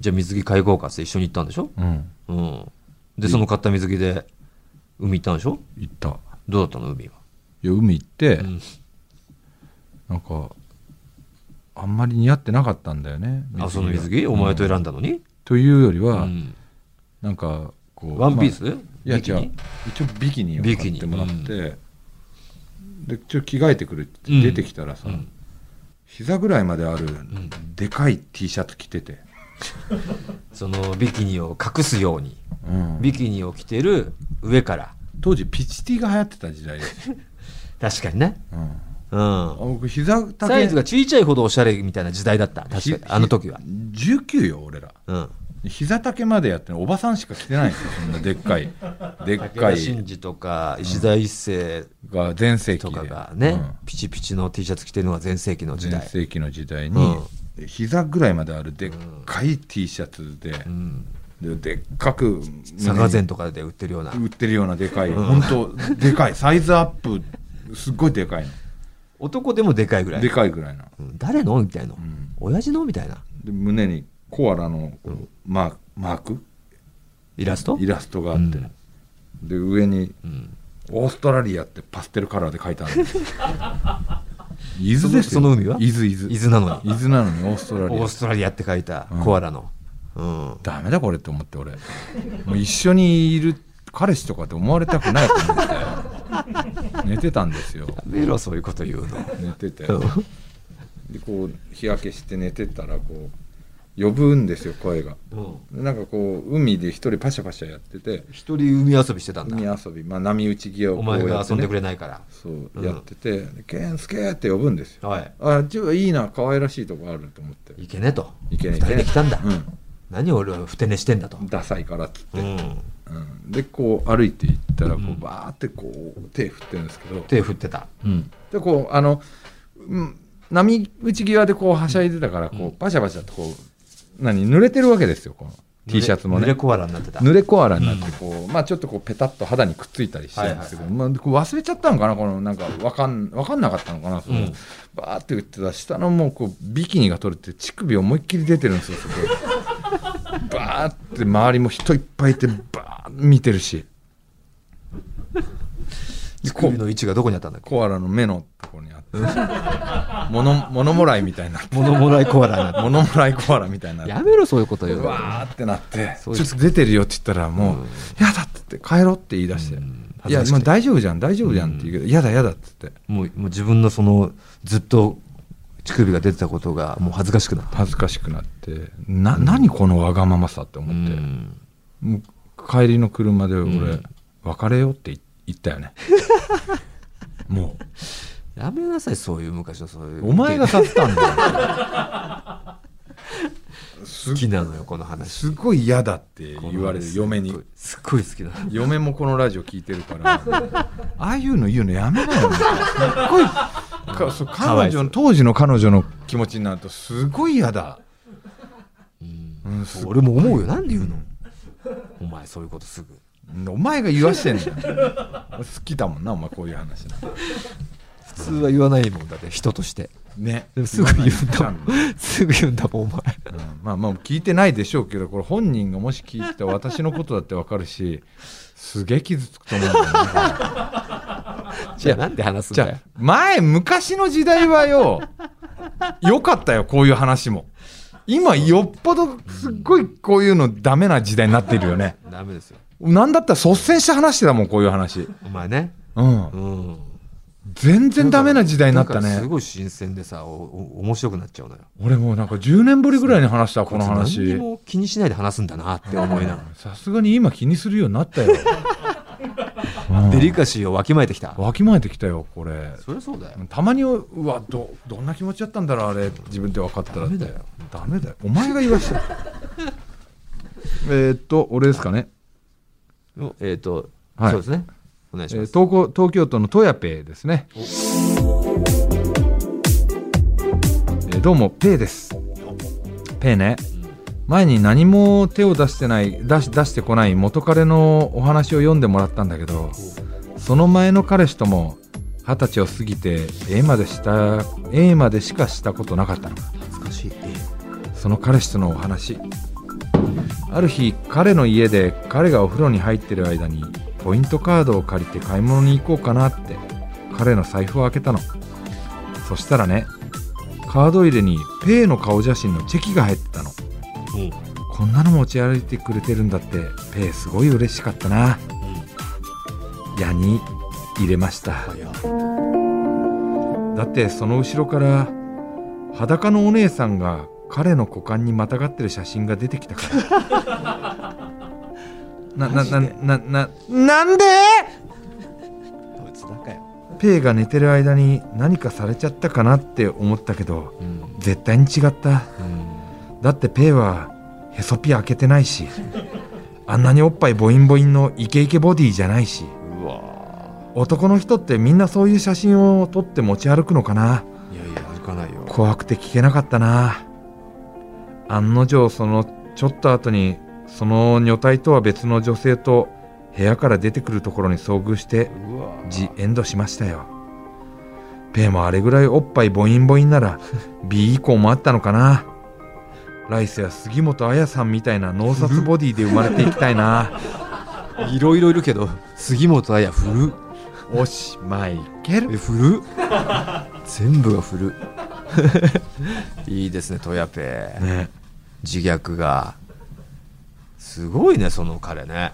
S2: じゃあ水着買い行こうかっつって一緒に行ったんでしょ
S3: うん
S2: うん。で、その買った水着で海行ったんでしょ
S3: 行った
S2: どうだったの海は。
S3: いや海行って、
S2: うん。
S3: なんかあんまり似合ってなかったんだよね
S2: あ、
S3: が
S2: その水着お前と
S3: うん
S2: 選んだのに
S3: というより
S2: う
S3: は、
S2: ん。
S3: なんかこう
S2: ワンピース
S3: まあいや
S2: ビキ
S3: 違
S2: ニ
S3: う一応ビキニを買ってもらって、
S2: ビキニ
S3: でちょっと着替えてくるって
S2: うん
S3: 出てきたらさ、
S2: うん
S3: 膝ぐらいまである
S2: ん
S3: でかい T シャツ着てて、
S2: そのビキニを隠すように、
S3: うん
S2: ビキニを着てる上から。
S3: 当時ピチティが流行ってた時代です、
S2: 確かにね。
S3: うん、あ
S2: うん。
S3: 僕膝丈
S2: サイズが小さいほどおしゃれみたいな時代だった。確かに
S3: ひ。
S2: あの時は
S3: ひ。19よ俺ら
S2: うん。
S3: 膝丈までやってるおばさんしか着てないんですよそんなでっかいでっ
S2: 武
S3: か
S2: 田
S3: い
S2: 真治とか、石田一世
S3: が全盛期
S2: と
S3: で
S2: かがね、
S3: うん
S2: ピチピチの T シャツ着てるのが全盛期の時
S3: 全
S2: 代。
S3: 盛期の時代に、膝ぐらいまであるでっかい T シャツで、
S2: うん。
S3: ででっかく
S2: 佐賀膳とかで売ってるような
S3: 胸。に売ってるようなでかい、本当でかいサイズアップすっごいでかい
S2: 男でもでかいぐら
S3: の
S2: い。
S3: でかいぐらいな
S2: うん誰のみたいな、
S3: ん
S2: 親父のみたいな。
S3: で胸にコアラのこうマークマーク
S2: イラスト
S3: イラストがあって、で上に、オーストラリア」ってパステルカラーで書いてあるんですよ 伊豆です
S2: そ
S3: よ
S2: のその海は
S3: 伊豆伊豆
S2: 伊豆なのに。
S3: 伊豆なのにオーストラリ
S2: オ
S3: ア
S2: ーストラリアって書いたコアラの。うん。
S3: ダメだこれって思って俺もう一緒にいる彼氏とかって思われたくないと思って寝てたんですよ
S2: やめろ、そういうこと言うの。
S3: 寝てて
S2: うん
S3: でこう日焼けして寝てたらこう呼ぶんですよ声がでなんかこう海で一人パシャパシャやってて
S2: 一人海遊びしてたん
S3: 海
S2: だ。
S3: 遊び、まあ、波打ち際を
S2: お
S3: こう
S2: 前
S3: や
S2: が
S3: って
S2: 遊ん
S3: ね
S2: でくれないか
S3: そう、
S2: うん
S3: やっててで「健介」って呼ぶんですよ
S2: ら。はい。
S3: あっいいな可愛らしいとこあると思って
S2: いけねと。
S3: いけねい
S2: 二人で来たんだ。
S3: う
S2: 何を俺はふて寝してんだと。
S3: んダサいからっつって、
S2: うん。
S3: うんでこう歩いていったらこ
S2: うん
S3: うバーってこう手振ってるんですけど、
S2: 手振ってた。
S3: でこうあの、うん、波打ち際でこうはしゃいでたからこう、
S2: うん
S3: バシャバシャとこう何濡れてるわけですよこの T シャツも
S2: 濡れ
S3: ね
S2: コアラになってた。
S3: 濡れコアラになってこう、まあちょっとこうペタッと肌にくっついたりしてるんですけど、
S2: は
S3: まあ、こう忘れちゃったのかなこのなんかわかんわかんなかったのかなその、
S2: うん
S3: バーって言ってた下のもうこうビキニが取れて乳首思いっきり出てるんですよそこ バーって周りも人いっぱいいてバー見てるし
S2: 乳首の位置がどこにあったんだっけ
S3: コアラの目のところにあってモノモノもらいみたいになって
S2: 物もらいコアラになって
S3: モノもらいコアラみたいにな
S2: た
S3: って
S2: やめろ、そういうこと言う
S3: う
S2: の。
S3: わーってなってち
S2: そ
S3: ょ
S2: ういう
S3: っと出てるよって言ったらもう「やだ」って言って「帰ろう」って言い出して
S2: うん
S3: 「いや
S2: 恥ずかしくて
S3: 今大丈夫じゃん大丈夫じゃん」って言うけど「やだやだ」って言って
S2: もうもう自分のその、ずっと乳首が出てたことがもう恥ずかしくなった。
S3: 恥ずかしくなって「な何このわがままさ」って
S2: う
S3: 思って
S2: ん。
S3: もう帰りの車で
S2: う
S3: 俺
S2: ん
S3: 「別れよ」って言ったよね も
S2: やめなさい、そういう昔のそういうう。
S3: お前が
S2: 好
S3: させたんだ よ
S2: きなのよ、この話。
S3: すごい嫌だって言われる嫁に。
S2: すっごい好きなの。
S3: 嫁もこのラジオ聞いてるから ああいうの言うのやめなよみたいなすっごいかそう
S2: かわ
S3: 彼
S2: いそ
S3: 女
S2: う
S3: の当時の彼女の気持ちになるとすごい嫌だ、うんす
S2: 俺も思うよ、なんで言うのお前、そういうことすぐ。
S3: お前が言わしてんじゃん好きだもんなお前こういう話
S2: 普通は言わないもんだって、人として。
S3: ね
S2: でもすぐ言うんだ
S3: 言わ
S2: も
S3: ない
S2: ん。 すぐ言うんだもん、お前。
S3: うんまあまあ聞いてないでしょうけどこれ本人がもし聞いてたら私のことだってわかるしすげえ傷つくと思うんだよね
S2: じゃあなんで話すん
S3: じ
S2: だよ
S3: ゃあ。前昔の時代 はよよかったよこういう話も今よっぽどすっごいこういうのダメな時代になってるよね
S2: ダメですよ。
S3: なんだったら率先して話してたもんこういう話
S2: お前ね。
S3: うん
S2: うん。
S3: 全然ダメな時代になった
S2: んかす
S3: ね
S2: ごい新鮮でさ、お、お面白くなっちゃうのよ。
S3: 俺もうなんか10年ぶりぐらいに話したこの
S2: 何に
S3: 話
S2: も気にしないで話すんだなって思い なが
S3: さすがに今気にするようになったよ、
S2: ら。
S3: う
S2: デ
S3: ん
S2: リカシーをわきまえてきた。
S3: わきまえてきたよこれ
S2: そりゃそうだよ。
S3: たまにうわどどんな気持ちだったんだろうあれ自分で分かったら
S2: ダメだよ
S3: ダメだよお前が言わした えーっと俺ですかね、
S2: えっと、
S3: はい
S2: そうですね。お願い
S3: え
S2: し
S3: ー
S2: ます。
S3: 東高東京都のトヤペイですねどうもペイですペイね前に何も手を出してない出し出してこない元彼のお話を読んでもらったんだけどその前の彼氏とも二十歳を過ぎて A までした A までしかしたことなかったの
S2: 懐かしい
S3: その彼氏とのお話ある日彼の家で彼がお風呂に入ってる間にポイントカードを借りて買い物に行こうかなって彼の財布を開けたのそしたらねカード入れにペイの顔写真のチェキが入ってたの
S2: うん
S3: こんなの持ち歩いてくれてるんだってペイすごい嬉しかったな矢に入れました
S2: 早っ
S3: だってその後ろから裸のお姉さんが彼の股間にまたがってる写真が出てきたからななななななんで
S2: こいつだかよ
S3: ペイが寝てる間に何かされちゃったかなって思ったけど
S2: うん
S3: 絶対に違った
S2: うん
S3: だってペイはへそピ開けてないしあんなにおっぱいボインボインのイケイケボディじゃないし
S2: うわ
S3: 男の人ってみんなそういう写真を撮って持ち歩くのかない
S2: やいや歩かないよ
S3: 怖くて聞けなかったな案の定そのちょっと後にその女体とは別の女性と部屋から出てくるところに遭遇して
S2: うわ
S3: ジ・エンドしましたよペイもあれぐらいおっぱいボインボイン なら B 以降もあったのかな来世は杉本彩さんみたいな脳殺ボディで生まれていきた いな
S2: いろいろいるけど杉本彩 振る
S3: おしまいける
S2: え振る全部が振る いいですねトヤペ
S3: ね
S2: 自虐がすごいねその彼ね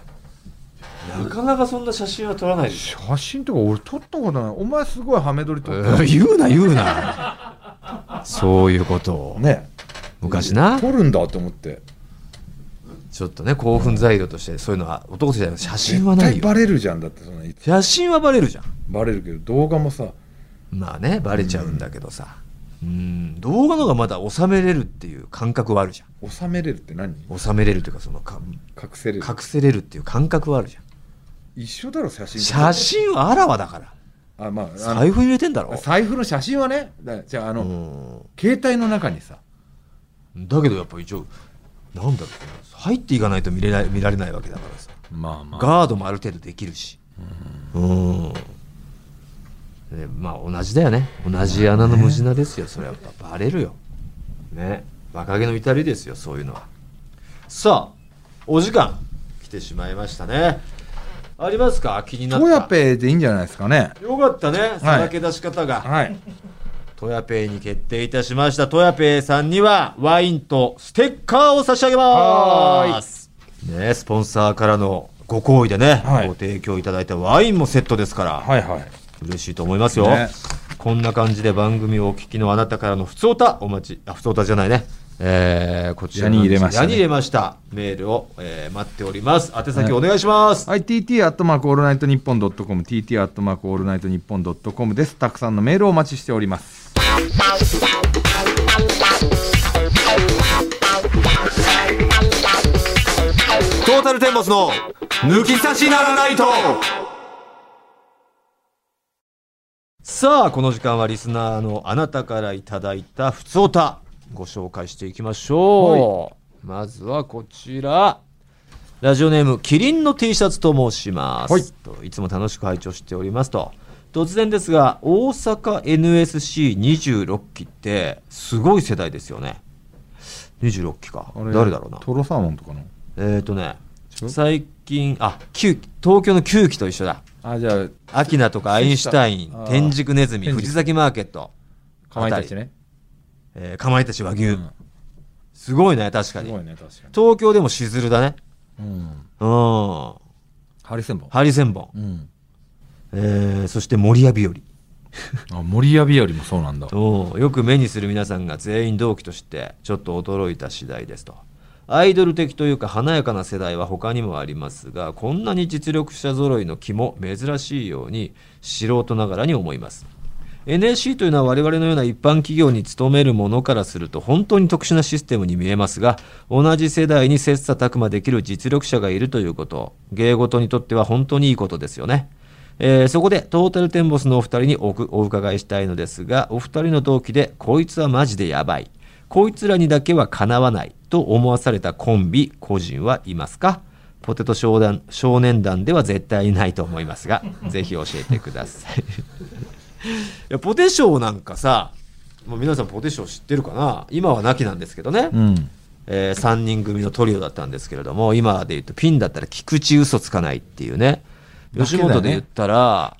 S2: なかなかそんな写真は撮らないでし
S3: 写真とか俺撮ったことないお前すごいハメ撮り撮ったよ
S2: 言うな言うなそういうことを
S3: ね
S2: 昔な
S3: 撮るんだと思って
S2: ちょっとね興奮材料としてそういうのは男としては写真は
S3: 絶
S2: ない
S3: 対
S2: よ
S3: バレるじゃんだってそんないつ
S2: 写真はバレるじゃん
S3: バレるけど動画もさ
S2: まあねバレちゃうんだけどさうん動画の方がまだ収めれるっていう感覚はあるじゃ
S3: 収めれるって何
S2: ん収めれるというかそのか
S3: 隠せれる
S2: 隠せれるっていう感覚はあるじゃん
S3: 一緒だろ写真と
S2: 写真はあらわだから
S3: あまああの
S2: 財布入れてんだろ
S3: 財布の写真はねだじゃああの、
S2: うん
S3: 携帯の中にさ
S2: だけどやっぱ一応なんだろう入っていかないと見れない見られないわけだからさ
S3: まあま
S2: ガードもある程度できるしうんでまあ同じだよね同じ穴のムジナですよそれはやっぱバレるよね若気の至りですよそういうのはさあお時間来てしまいましたねありますか気になった
S3: トヤペイでいいんじゃないですかね
S2: よかったねさらけ出し方が、
S3: はい
S2: トヤペイに決定いたしましたトヤペイさんにはワインとステッカーを差し上げますねスポンサーからのご好意でね、
S3: はい
S2: ご提供いただいたワインもセットですから、
S3: はいはい
S2: 嬉しいと思いますよ、
S3: ね
S2: こんな感じで番組をお聞きのあなたからの普通歌お待ちあ普通歌じゃないねえーこちらの
S3: 矢に入れましたね
S2: 矢に入れましたメールを、えー待っております宛先お願いします、
S3: はい TT アットマークオールナイトニッポンドットコム TT アットマークオールナイトニッポンドットコムですたくさんのメールをお待ちしております
S2: トータルテンボスの抜き差しならないとさあこの時間はリスナーのあなたからいただいたふつおたご紹介していきましょう、まずはこちらラジオネームキリンの T シャツと申します、
S3: はい
S2: といつも楽しく拝聴しておりますと突然ですが大阪 NSC26 期ってすごい世代ですよね26期か
S3: あれ
S2: 誰だろうな
S3: トロサーモンとかの
S2: えー、とね
S3: 違う
S2: 最近あ九東京の9期と一緒だ
S3: あじゃあ
S2: アキナとかアインシュタイン
S3: あー
S2: 天竺ネズミ
S3: 天竺
S2: 藤崎マーケット
S3: かまいたちね
S2: あたりえーかまいたち和牛、
S3: うん
S2: すごいね確か
S3: す
S2: に
S3: ごいね確か
S2: 東京でもしずるだね
S3: にうん
S2: うん
S3: ハリセンボン
S2: ハリセンボン、
S3: うん
S2: えーそして守谷日和
S3: あ森谷日和もそうなんだ
S2: おーよく目にする皆さんが全員同期としてちょっと驚いた次第ですとアイドル的というか華やかな世代は他にもありますがこんなに実力者揃いの気も珍しいように素人ながらに思います NSC というのは我々のような一般企業に勤める者からすると本当に特殊なシステムに見えますが同じ世代に切磋琢磨できる実力者がいるということ芸事にとっては本当にいいことですよねえーそこでトータルテンボスのお二人におくお伺いしたいのですがお二人の同期でこいつはマジでやばいこいつらにだけはかなわないと思わされたコンビ個人はいますかポテト少年少年団では絶対いないと思いますがぜひ教えてくださいいやポテショーなんかさもう皆さんポテショー知ってるかな今はなきなんですけどね、
S3: うん。
S2: え3人組のトリオだったんですけれども今で言うとピンだったら菊池嘘つかないっていうね
S3: だけ
S2: 吉
S3: だね
S2: 本で言ったら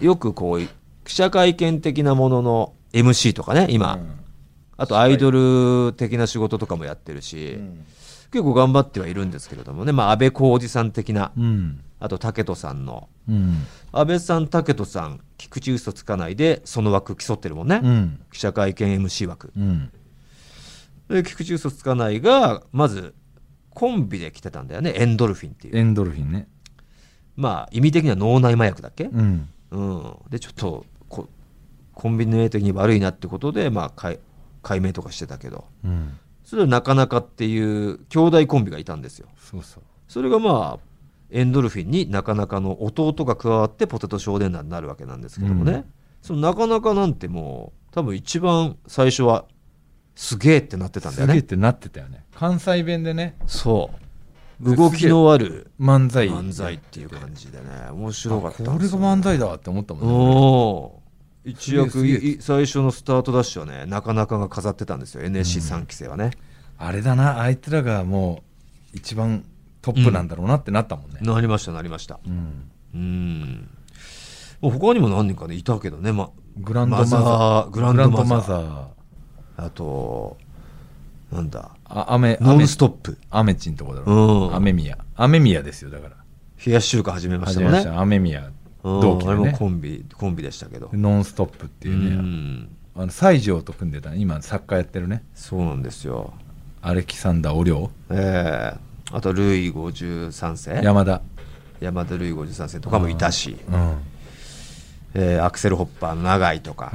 S2: よくこう記者会見的なものの MC とかね今、あとアイドル的な仕事とかもやってるし、結構頑張ってはいるんですけれどもね、まあ、安倍浩二さん的な、
S3: うん。
S2: あと武人さんの
S3: うん。
S2: 安倍さん武人さん菊池嘘つかないでその枠競ってるもんね、
S3: うん。
S2: 記者会見 MC 枠
S3: うん。
S2: で菊池嘘つかないがまずコンビで来てたんだよねエンドルフィンっていう
S3: エンドルフィンね。
S2: まあ意味的には脳内麻薬だっけ、
S3: うん。
S2: うんでちょっとこコンビニ的に悪いなってことで、まあ、解解明とかしてたけど
S3: うん。
S2: それはなかなかっていう兄弟コンビがいたんですよ
S3: そうそう。
S2: それがまあエンドルフィンになかなかの弟が加わってポテト少年団になるわけなんですけどもね、
S3: うん
S2: そのなかなかなんてもう多分一番最初はすげえってなってたんだ
S3: す
S2: よ
S3: げえっ
S2: ね
S3: てなってたよね。関西弁でね、
S2: そう動きのある
S3: 漫才。
S2: 漫才っていう感じでね面
S3: あ
S2: 白かった
S3: これが漫才だって思ったもんね。
S2: おー一躍
S3: すげえすげえ
S2: い最初のスタートダッシュはねなかなかが飾ってたんですよ NSC3 期生はね、
S3: あれだな、あいつらがもう一番トップなんだろうなってなったもんね。
S2: なりましたなりました
S3: うん。
S2: うんもう他にも何人かねいたけどね、ま、
S3: グランドマザ
S2: マザ
S3: ー。
S2: ーグランドマザー
S3: グランドマザー
S2: あとなんだ
S3: あ、アメ、
S2: ノンストップ
S3: アメチンとこだ
S2: う
S3: ろ。
S2: ん
S3: アメミヤ。アメミヤですよ、だから。
S2: 冷やし中華始めまし
S3: 始
S2: た
S3: め
S2: もん
S3: ま
S2: ね
S3: した。アメミヤ。
S2: うん
S3: 同期
S2: あ
S3: で
S2: れも
S3: ね。
S2: コンビコンビでしたけど
S3: ノンストップって
S2: う
S3: いうね。
S2: ん
S3: あの、西条と組んでたね今、作家やってるね。
S2: そうなんですよ
S3: アレキサンダー・オリョ
S2: ええあとルイ53
S3: ウ
S2: 世
S3: 山田。
S2: 山田ルイ53世とかもいたし、
S3: うん。
S2: えーアクセルホッパーの長井とか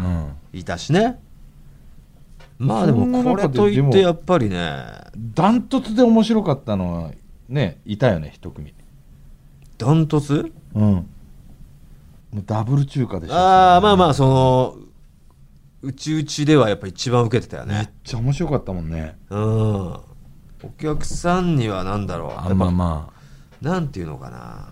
S3: うん。
S2: いたしね、まあで
S3: そんな
S2: もこ
S3: 中
S2: れ
S3: で
S2: といって
S3: でも
S2: やっぱりね
S3: ダントツで面白かったのは、ね、いたよね、一組。
S2: ダントツ
S3: うん。もうダブル中華でしょ。
S2: ああまあまあそのうちうちではやっぱ一番受けてたよ
S3: めっ
S2: ね
S3: ちゃ面白かったもんね。
S2: うんお客さんには何だろうやっ
S3: あ
S2: ぱ
S3: まあま
S2: なんていうのかな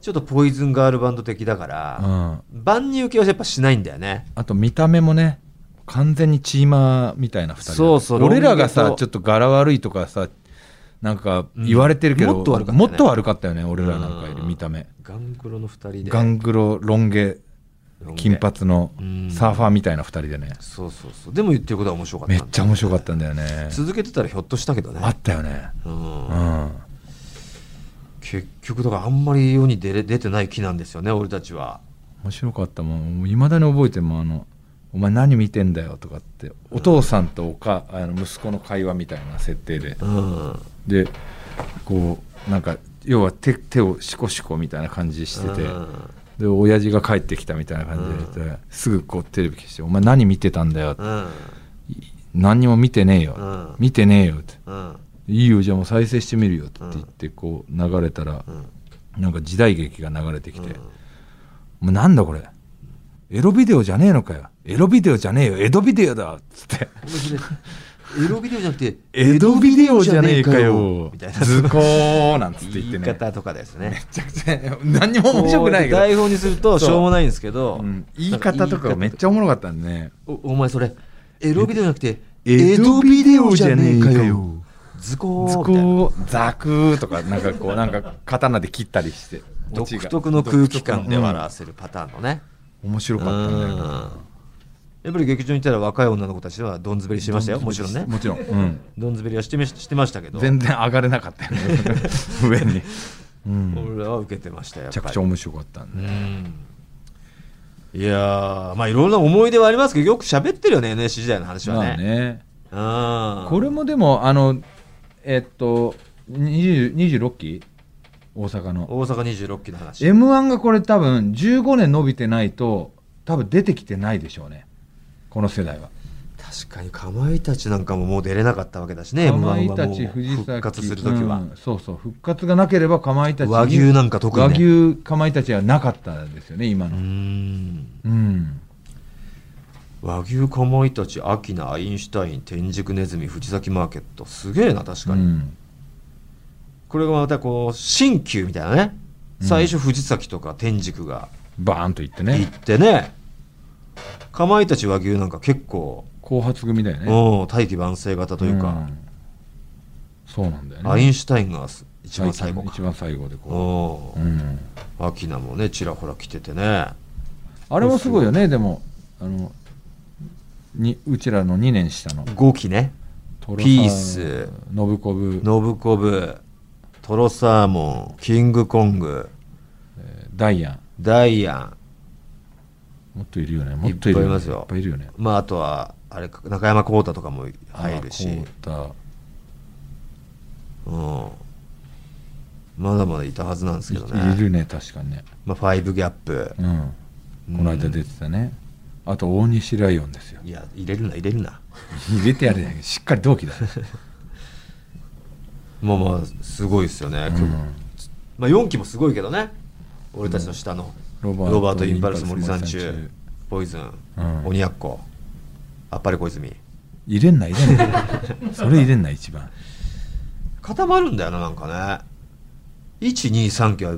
S2: ちょっとポイズンガールバンド的だから、
S3: あ。うん。
S2: 万人受けはやっぱしないんだよね
S3: あと見た目もね完全にチーマーみたいな2人
S2: そうそう
S3: 俺らが
S2: ロン
S3: さ
S2: 毛と
S3: ちょっと柄悪いとかさなんか言われてるけど、
S2: うんもっと悪かったね
S3: もっと悪かったよね俺らなんかより
S2: うん
S3: 見た目
S2: ガングロの2人で
S3: ガングロロン毛
S2: ロン毛
S3: 金髪の
S2: うん
S3: サーファーみたいな2人でね
S2: そうそうそうでも言ってることは面白かった
S3: め
S2: ん
S3: っ
S2: だ
S3: ちゃ面白かったんだよね
S2: 続けてたらひょっとしたけどね
S3: あったよね
S2: うん
S3: うん
S2: 結局だからあんまり世に出れ出てない気なんですよね俺たちは
S3: 面白かったもんいまだに覚えてるもんあの「お前何見てんだよ」とかってお父さんとおかあの息子の会話みたいな設定で
S2: うん
S3: でこうなんか要は手手をシコシコみたいな感じしてて、
S2: うん
S3: で親父が帰ってきたみたいな感じで、すぐこうテレビ消して「お前何見てたんだよ」って
S2: うん
S3: 何にも見てねえよ」
S2: うん
S3: 見てねえよ」って
S2: うん
S3: 「いいよじゃあもう再生してみるよ」って言ってこう流れたら、
S2: ん
S3: なんか時代劇が流れてきて「もうなんだこれエロビデオじゃねえのかよエロビデオじゃねえよエドビデオだ」っつって
S2: ごめんそれ エロビデオじゃなくて
S3: 「エドビデオじゃねえかよ
S2: みたいな
S3: 図工」なんつって言って
S2: 言い
S3: ね
S2: 方とかですね
S3: めちゃくちゃ何にも面白くないけど、
S2: 台本にすると
S3: そう
S2: しょうもないんですけど、
S3: うん言い方とかめっちゃおもろかったんでね
S2: おお前それエロビデオじゃなくて
S3: 江戸ビデオじゃねえかよ
S2: 図工
S3: 図
S2: みたいな
S3: 工ザクーとかなんかこうなんか刀で切ったりしてオチ
S2: 独
S3: が
S2: 特の空気感で笑わせるパターンのね、
S3: 面白かったんだよな
S2: やっぱり劇場にいたら若い女の子たちはどんずべりしてましたよもちろんね
S3: もちろん、うん、
S2: どんずべりはしてみしてましたけど
S3: 全然上がれなか ったよね上に、うん、め
S2: 俺らは受けてましたよやっ
S3: ちゃ
S2: ぱ
S3: く
S2: り
S3: ちゃ面白かったんで、
S2: いやーまあいろんな思い出はありますけどよく喋ってるよね NSC 時代の話は
S3: まあ
S2: ね,、
S3: ね
S2: うん
S3: これもでもあのえっと20 26期大阪の
S2: 大阪26期の話
S3: m 1がこれ多分15年伸びてないと多分出てきてないでしょうねこの世代は
S2: 確かにかまいたちなんかももう出れなかったわけだしね
S3: かま
S2: M1
S3: い
S2: は
S3: た
S2: もう
S3: ち藤崎
S2: 復活する時は、
S3: うんそうそう復活がなければかまいたちに
S2: 和牛なんか特に、ね、
S3: 和牛かまいたちはなかったんですよね今
S2: うー
S3: の
S2: ん
S3: うん
S2: 和牛かまいたちアキナアインシュタイン天竺ネズミ藤崎マーケットすげえな確かに、
S3: うん
S2: これがまたこう新旧みたいなね
S3: うん
S2: 最初藤崎とか天竺が
S3: バーンといっ
S2: 行
S3: て
S2: っ
S3: ね
S2: てね、かまいたち和牛なんか結構、
S3: 後発組だよね
S2: うん大器晩成型というか、
S3: んそうなんだよね
S2: アインシュタインが一番最後か
S3: 一番最後で
S2: お
S3: こう、うん、
S2: アキナもねちらほら来ててね
S3: あれもすごいよねでもあのにうちらの2年下の
S2: 5期ね
S3: トロサ
S2: ピース
S3: ノブコブ
S2: ノブコブトロサーモンキングコング
S3: ダイアン
S2: ダイアン
S3: もっといるよねもっといる
S2: いっぱいいますよ
S3: いっぱいいるよね
S2: まああとはあれか中山浩太とかも入るし
S3: あーこ
S2: うん、まだまだいたはずなんですけど
S3: うたいい
S2: ね
S3: るね確かにね
S2: まあ、ファイブギャップ
S3: う、んこの間出てたね、あと大西ライオ ンですよ
S2: いや入れるな入れるな
S3: 入れてやれしっかり同 期だ、
S2: まあまあすごいですよね、
S3: うん
S2: まあ、4期もすごいけどね俺たちの下の、
S3: うんロバート
S2: ロバート・インパルス
S3: インパル
S2: 森
S3: ス
S2: さん
S3: 森
S2: 中
S3: 三中
S2: ポイズン、
S3: うん
S2: 鬼奴あっぱれ小泉
S3: 入れんな入れんなそれ入れんな一番
S2: 固まるんだよななんかね123期は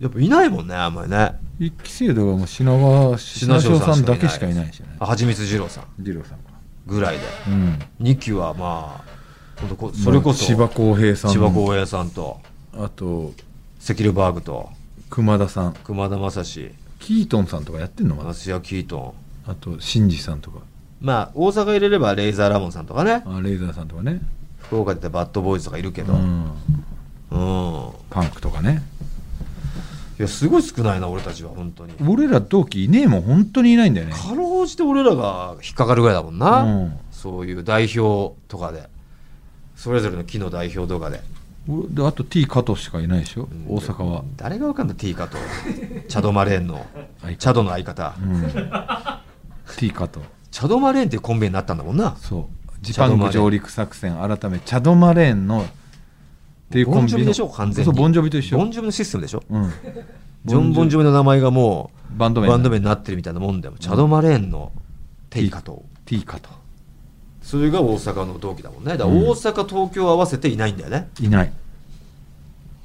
S2: やっぱいないもんねあんまりね
S3: 一期生度はもう品川品
S2: 庄
S3: 庄さんだけしかいないしね
S2: あはちみつ二郎さん
S3: 二郎さんか
S2: ぐらいで
S3: うん
S2: 2期はまあほんとこそれこそ
S3: 千葉公平さん
S2: 千葉光栄さんと
S3: あと
S2: セキルバーグと
S3: 熊田さん
S2: 熊田正史
S3: キートンさんとかやってんのかな
S2: 松屋キート
S3: あと新次さんとか
S2: ンまあ大阪入れればレイザーラモンさんとかね
S3: あレーザーさんとかね
S2: 福岡で言ったらバッドボーイズとかいるけ
S3: う
S2: どうん
S3: ん
S2: い
S3: パンクとかね
S2: やすごい少ないな俺たちは本当に
S3: 俺ら同期いねえもん本当にいないんだよね
S2: かろうじて俺らが引っかかるぐらいだもんな、
S3: うん
S2: そういう代表とかでそれぞれの木の代表とかで
S3: 俺であと T 加藤しかいないでしょ大阪は
S2: 誰がわかんない T かと チャド・マレーンの
S3: 相方
S2: チャドの相方、
S3: うん T 加藤
S2: チャド・マレーンっていうコンビになったんだもんな
S3: そうジ
S2: チ
S3: パ
S2: ャド
S3: ン
S2: マレー
S3: グ
S2: ン
S3: 上陸作戦改めチャドマレーンのっていうコ
S2: ボン
S3: ンビの
S2: ジョビでしょ完全に
S3: そうボンジョビと一緒
S2: ボンジョビのシステムでしょ
S3: うん、
S2: ジョン・ボンジョビの名前がもう
S3: バンド名
S2: バンド名になってるみたいなもんだよ、チャド・マレーンの T かと
S3: T 加藤
S2: それが大阪の同期だもんねだから大阪、東京合わせていないんだよね
S3: いない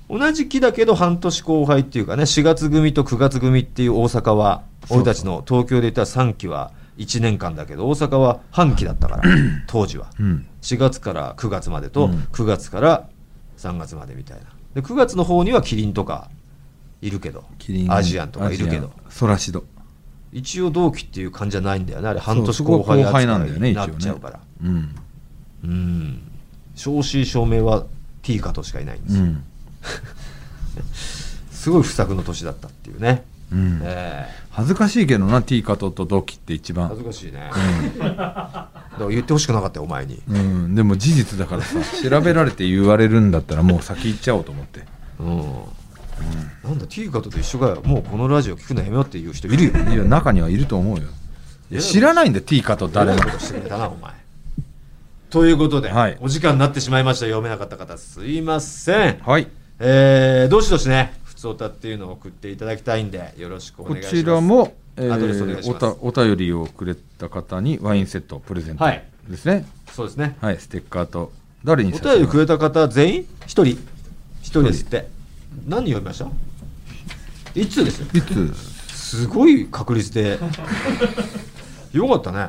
S2: 同じ期だけど半年後輩っていうかね4月組と9月組っていう大阪は
S3: そうそう
S2: 俺たちの東京で言ったら3期は1年間だけど大阪は半期だったから 当時は
S3: うん
S2: 4月から9月までと
S3: うん
S2: 9月から3月までみたいなで9月の方にはキリンとかいるけど
S3: キリン
S2: アジアンとかいるけ
S3: ア
S2: ど
S3: ジアンソラシド
S2: 一応同期っていう感じじゃないんだよねあれ半
S3: そう
S2: 年
S3: そ
S2: 後
S3: こは
S2: 輩
S3: 後輩なんだよね
S2: 扱いになっちゃうから
S3: うん、
S2: うん正真正銘は T カとしかいないんで
S3: う
S2: すよ
S3: ん
S2: すごい不作の年だったっていうね
S3: うん、
S2: ええ
S3: 恥ずかしいけどな T 加藤と同期って
S2: 恥
S3: 一番、
S2: ずかしいね、だから言ってほしくなかったよお前に、
S3: うん、でも事実だ からさ調べられて言われるんだったらもう先行っちゃおうと思って
S2: うんなんだ T カトと一緒かよもうこのラジオ聞くのやめようっていう人いるよ
S3: いや中にはいると思うよいや
S2: いや
S3: 知らないんだよ T 加藤誰
S2: 誰
S3: も
S2: のことしてくれたなお前 ということで、
S3: はい
S2: お時間になってしまいました読めなかった方すいません、
S3: はい
S2: えー、どしどしねふつおたっていうのを送っていただきたいんでよろしくお
S3: こ
S2: 願いします
S3: ちらも、え
S2: アドレスお願いし
S3: ー、お
S2: ます
S3: たお便りをくれた方にワインセットプレゼント
S2: はい
S3: ですね
S2: そうですね
S3: はい、ステッカーと誰に
S2: お
S3: さ
S2: 便りく
S3: れ
S2: れた方全員一人一人ですって何読みましたいつですよ
S3: いつ、
S2: すごい確率で よかったね、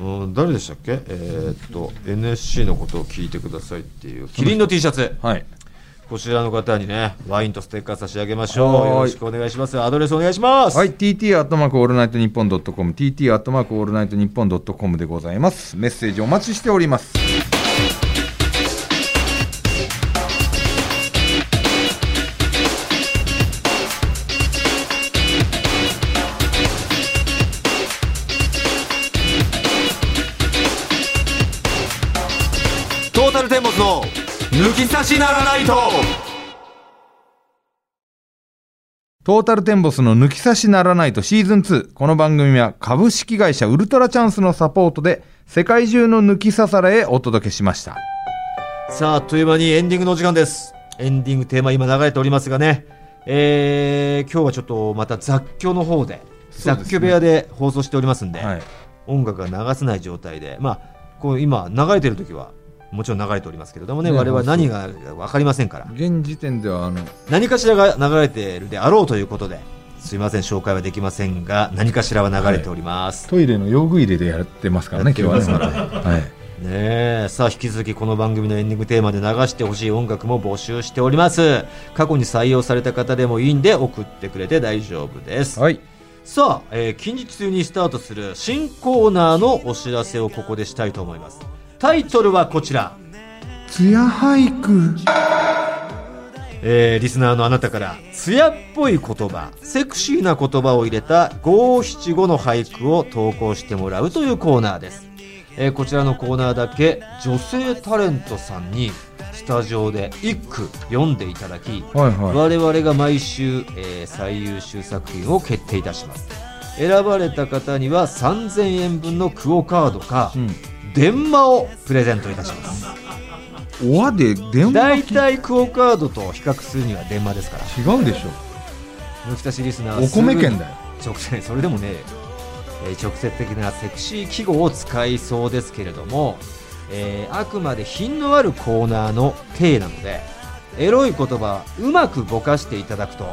S3: うん、
S2: うん、誰でしたっけえーっと NSC のことを聞いてくださいっていうキリンの T シャツ
S3: はい
S2: こちらの方にねワインとステッカー差し上げましょう
S3: はーい
S2: よろしくお願いしますアドレスお願いします、
S3: はい、TT アットマークオールナイトニッポンドットコム TT アットマークオールナイトニッポンドットコムでございますメッセージお待ちしております
S2: トータルテンボスの抜き差しならないと
S3: トータルテンボスの抜き差しならないとシーズン2。この番組は株式会社ウルトラチャンスのサポートで世界中の抜き差されへお届けしました。
S2: さあ、あっという間にエンディングのお時間です。エンディングテーマ今流れておりますがね、えー、今日はちょっとまた雑居の方で、
S3: そうですね
S2: 雑居部屋で放送しておりますんで、
S3: はい。
S2: 音楽が流せない状態で、まあ、こう今流れてる時は、もちろん流れておりますけれどもね、
S3: ね
S2: 我々は何が分かりませんから、
S3: 現時点ではあの、
S2: 何かしらが流れているであろうということで、すいません、紹介はできませんが、何かしらは流れております。
S3: トイレの用具入れでやってますからね、今日はね。
S2: やっ
S3: はい。
S2: ねえさあ引き続きこの番組のエンディングテーマで流してほしい音楽も募集しております過去に採用された方でもいいんで送ってくれて大丈夫です、
S3: はい。
S2: さあ、えー近日中にスタートする新コーナーのお知らせをここでしたいと思いますタイトルはこちら、
S3: ツヤ俳句。
S2: えーリスナーのあなたから艶っぽい言葉セクシーな言葉を入れた五七五の俳句を投稿してもらうというコーナーです、えーこちらのコーナーだけ女性タレントさんにスタジオで一句読んでいただき、
S3: はいは
S2: 我々が毎週、えー最優秀作品を決定いたします選ばれた方には3000円分のクオカードか、
S3: い。うん。
S2: 電話をプレゼントいたします
S3: おわで電
S2: 大
S3: 話機
S2: 体クオカードと比較するには電話ですから
S3: 違うでしょ。
S2: 抜き差しリスナーは
S3: お米
S2: すぐ
S3: 券
S2: に
S3: だよ。
S2: 直接それでもね、えー直接的なセクシー記号を使いそうですけれども、えーあくまで品のあるコーナーの体なのでエロい言葉うまくぼかしていただくと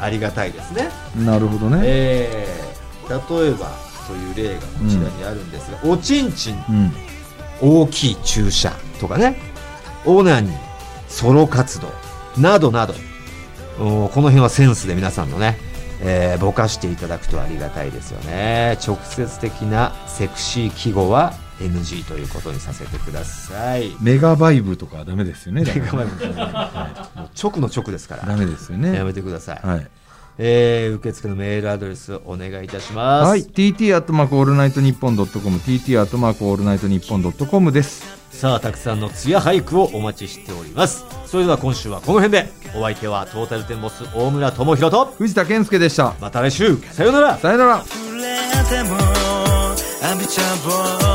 S2: ありがたいですね、
S3: なるほどね。
S2: えー例えばという例がこちらにあるんですが、おちんちん
S3: うん。
S2: 大きい注射とかねオナニーソロ活動などなどうんこの辺はセンスで皆さんのね、えーぼかしていただくとありがたいですよね直接的なセクシー記号は NG ということにさせてください
S3: メガバイブとかはダメですよね。だから
S2: 構えますねもう直の直ですから
S3: ダメですよね。
S2: やめてください、
S3: はい。
S2: えー受付のメールアドレスお願いいたします、
S3: はい。tt アットマークオールナイトニッポンドットコム、tt アットマークオールナイトニッポンドットコムです。
S2: さあたくさんのツヤ俳句をお待ちしておりますそれでは今週はこの辺でお相手はトータルテンボス大村智広と
S3: 藤田健介でした。
S2: また来週さようなら
S3: さよなら。
S4: 触れても浴びちゃおう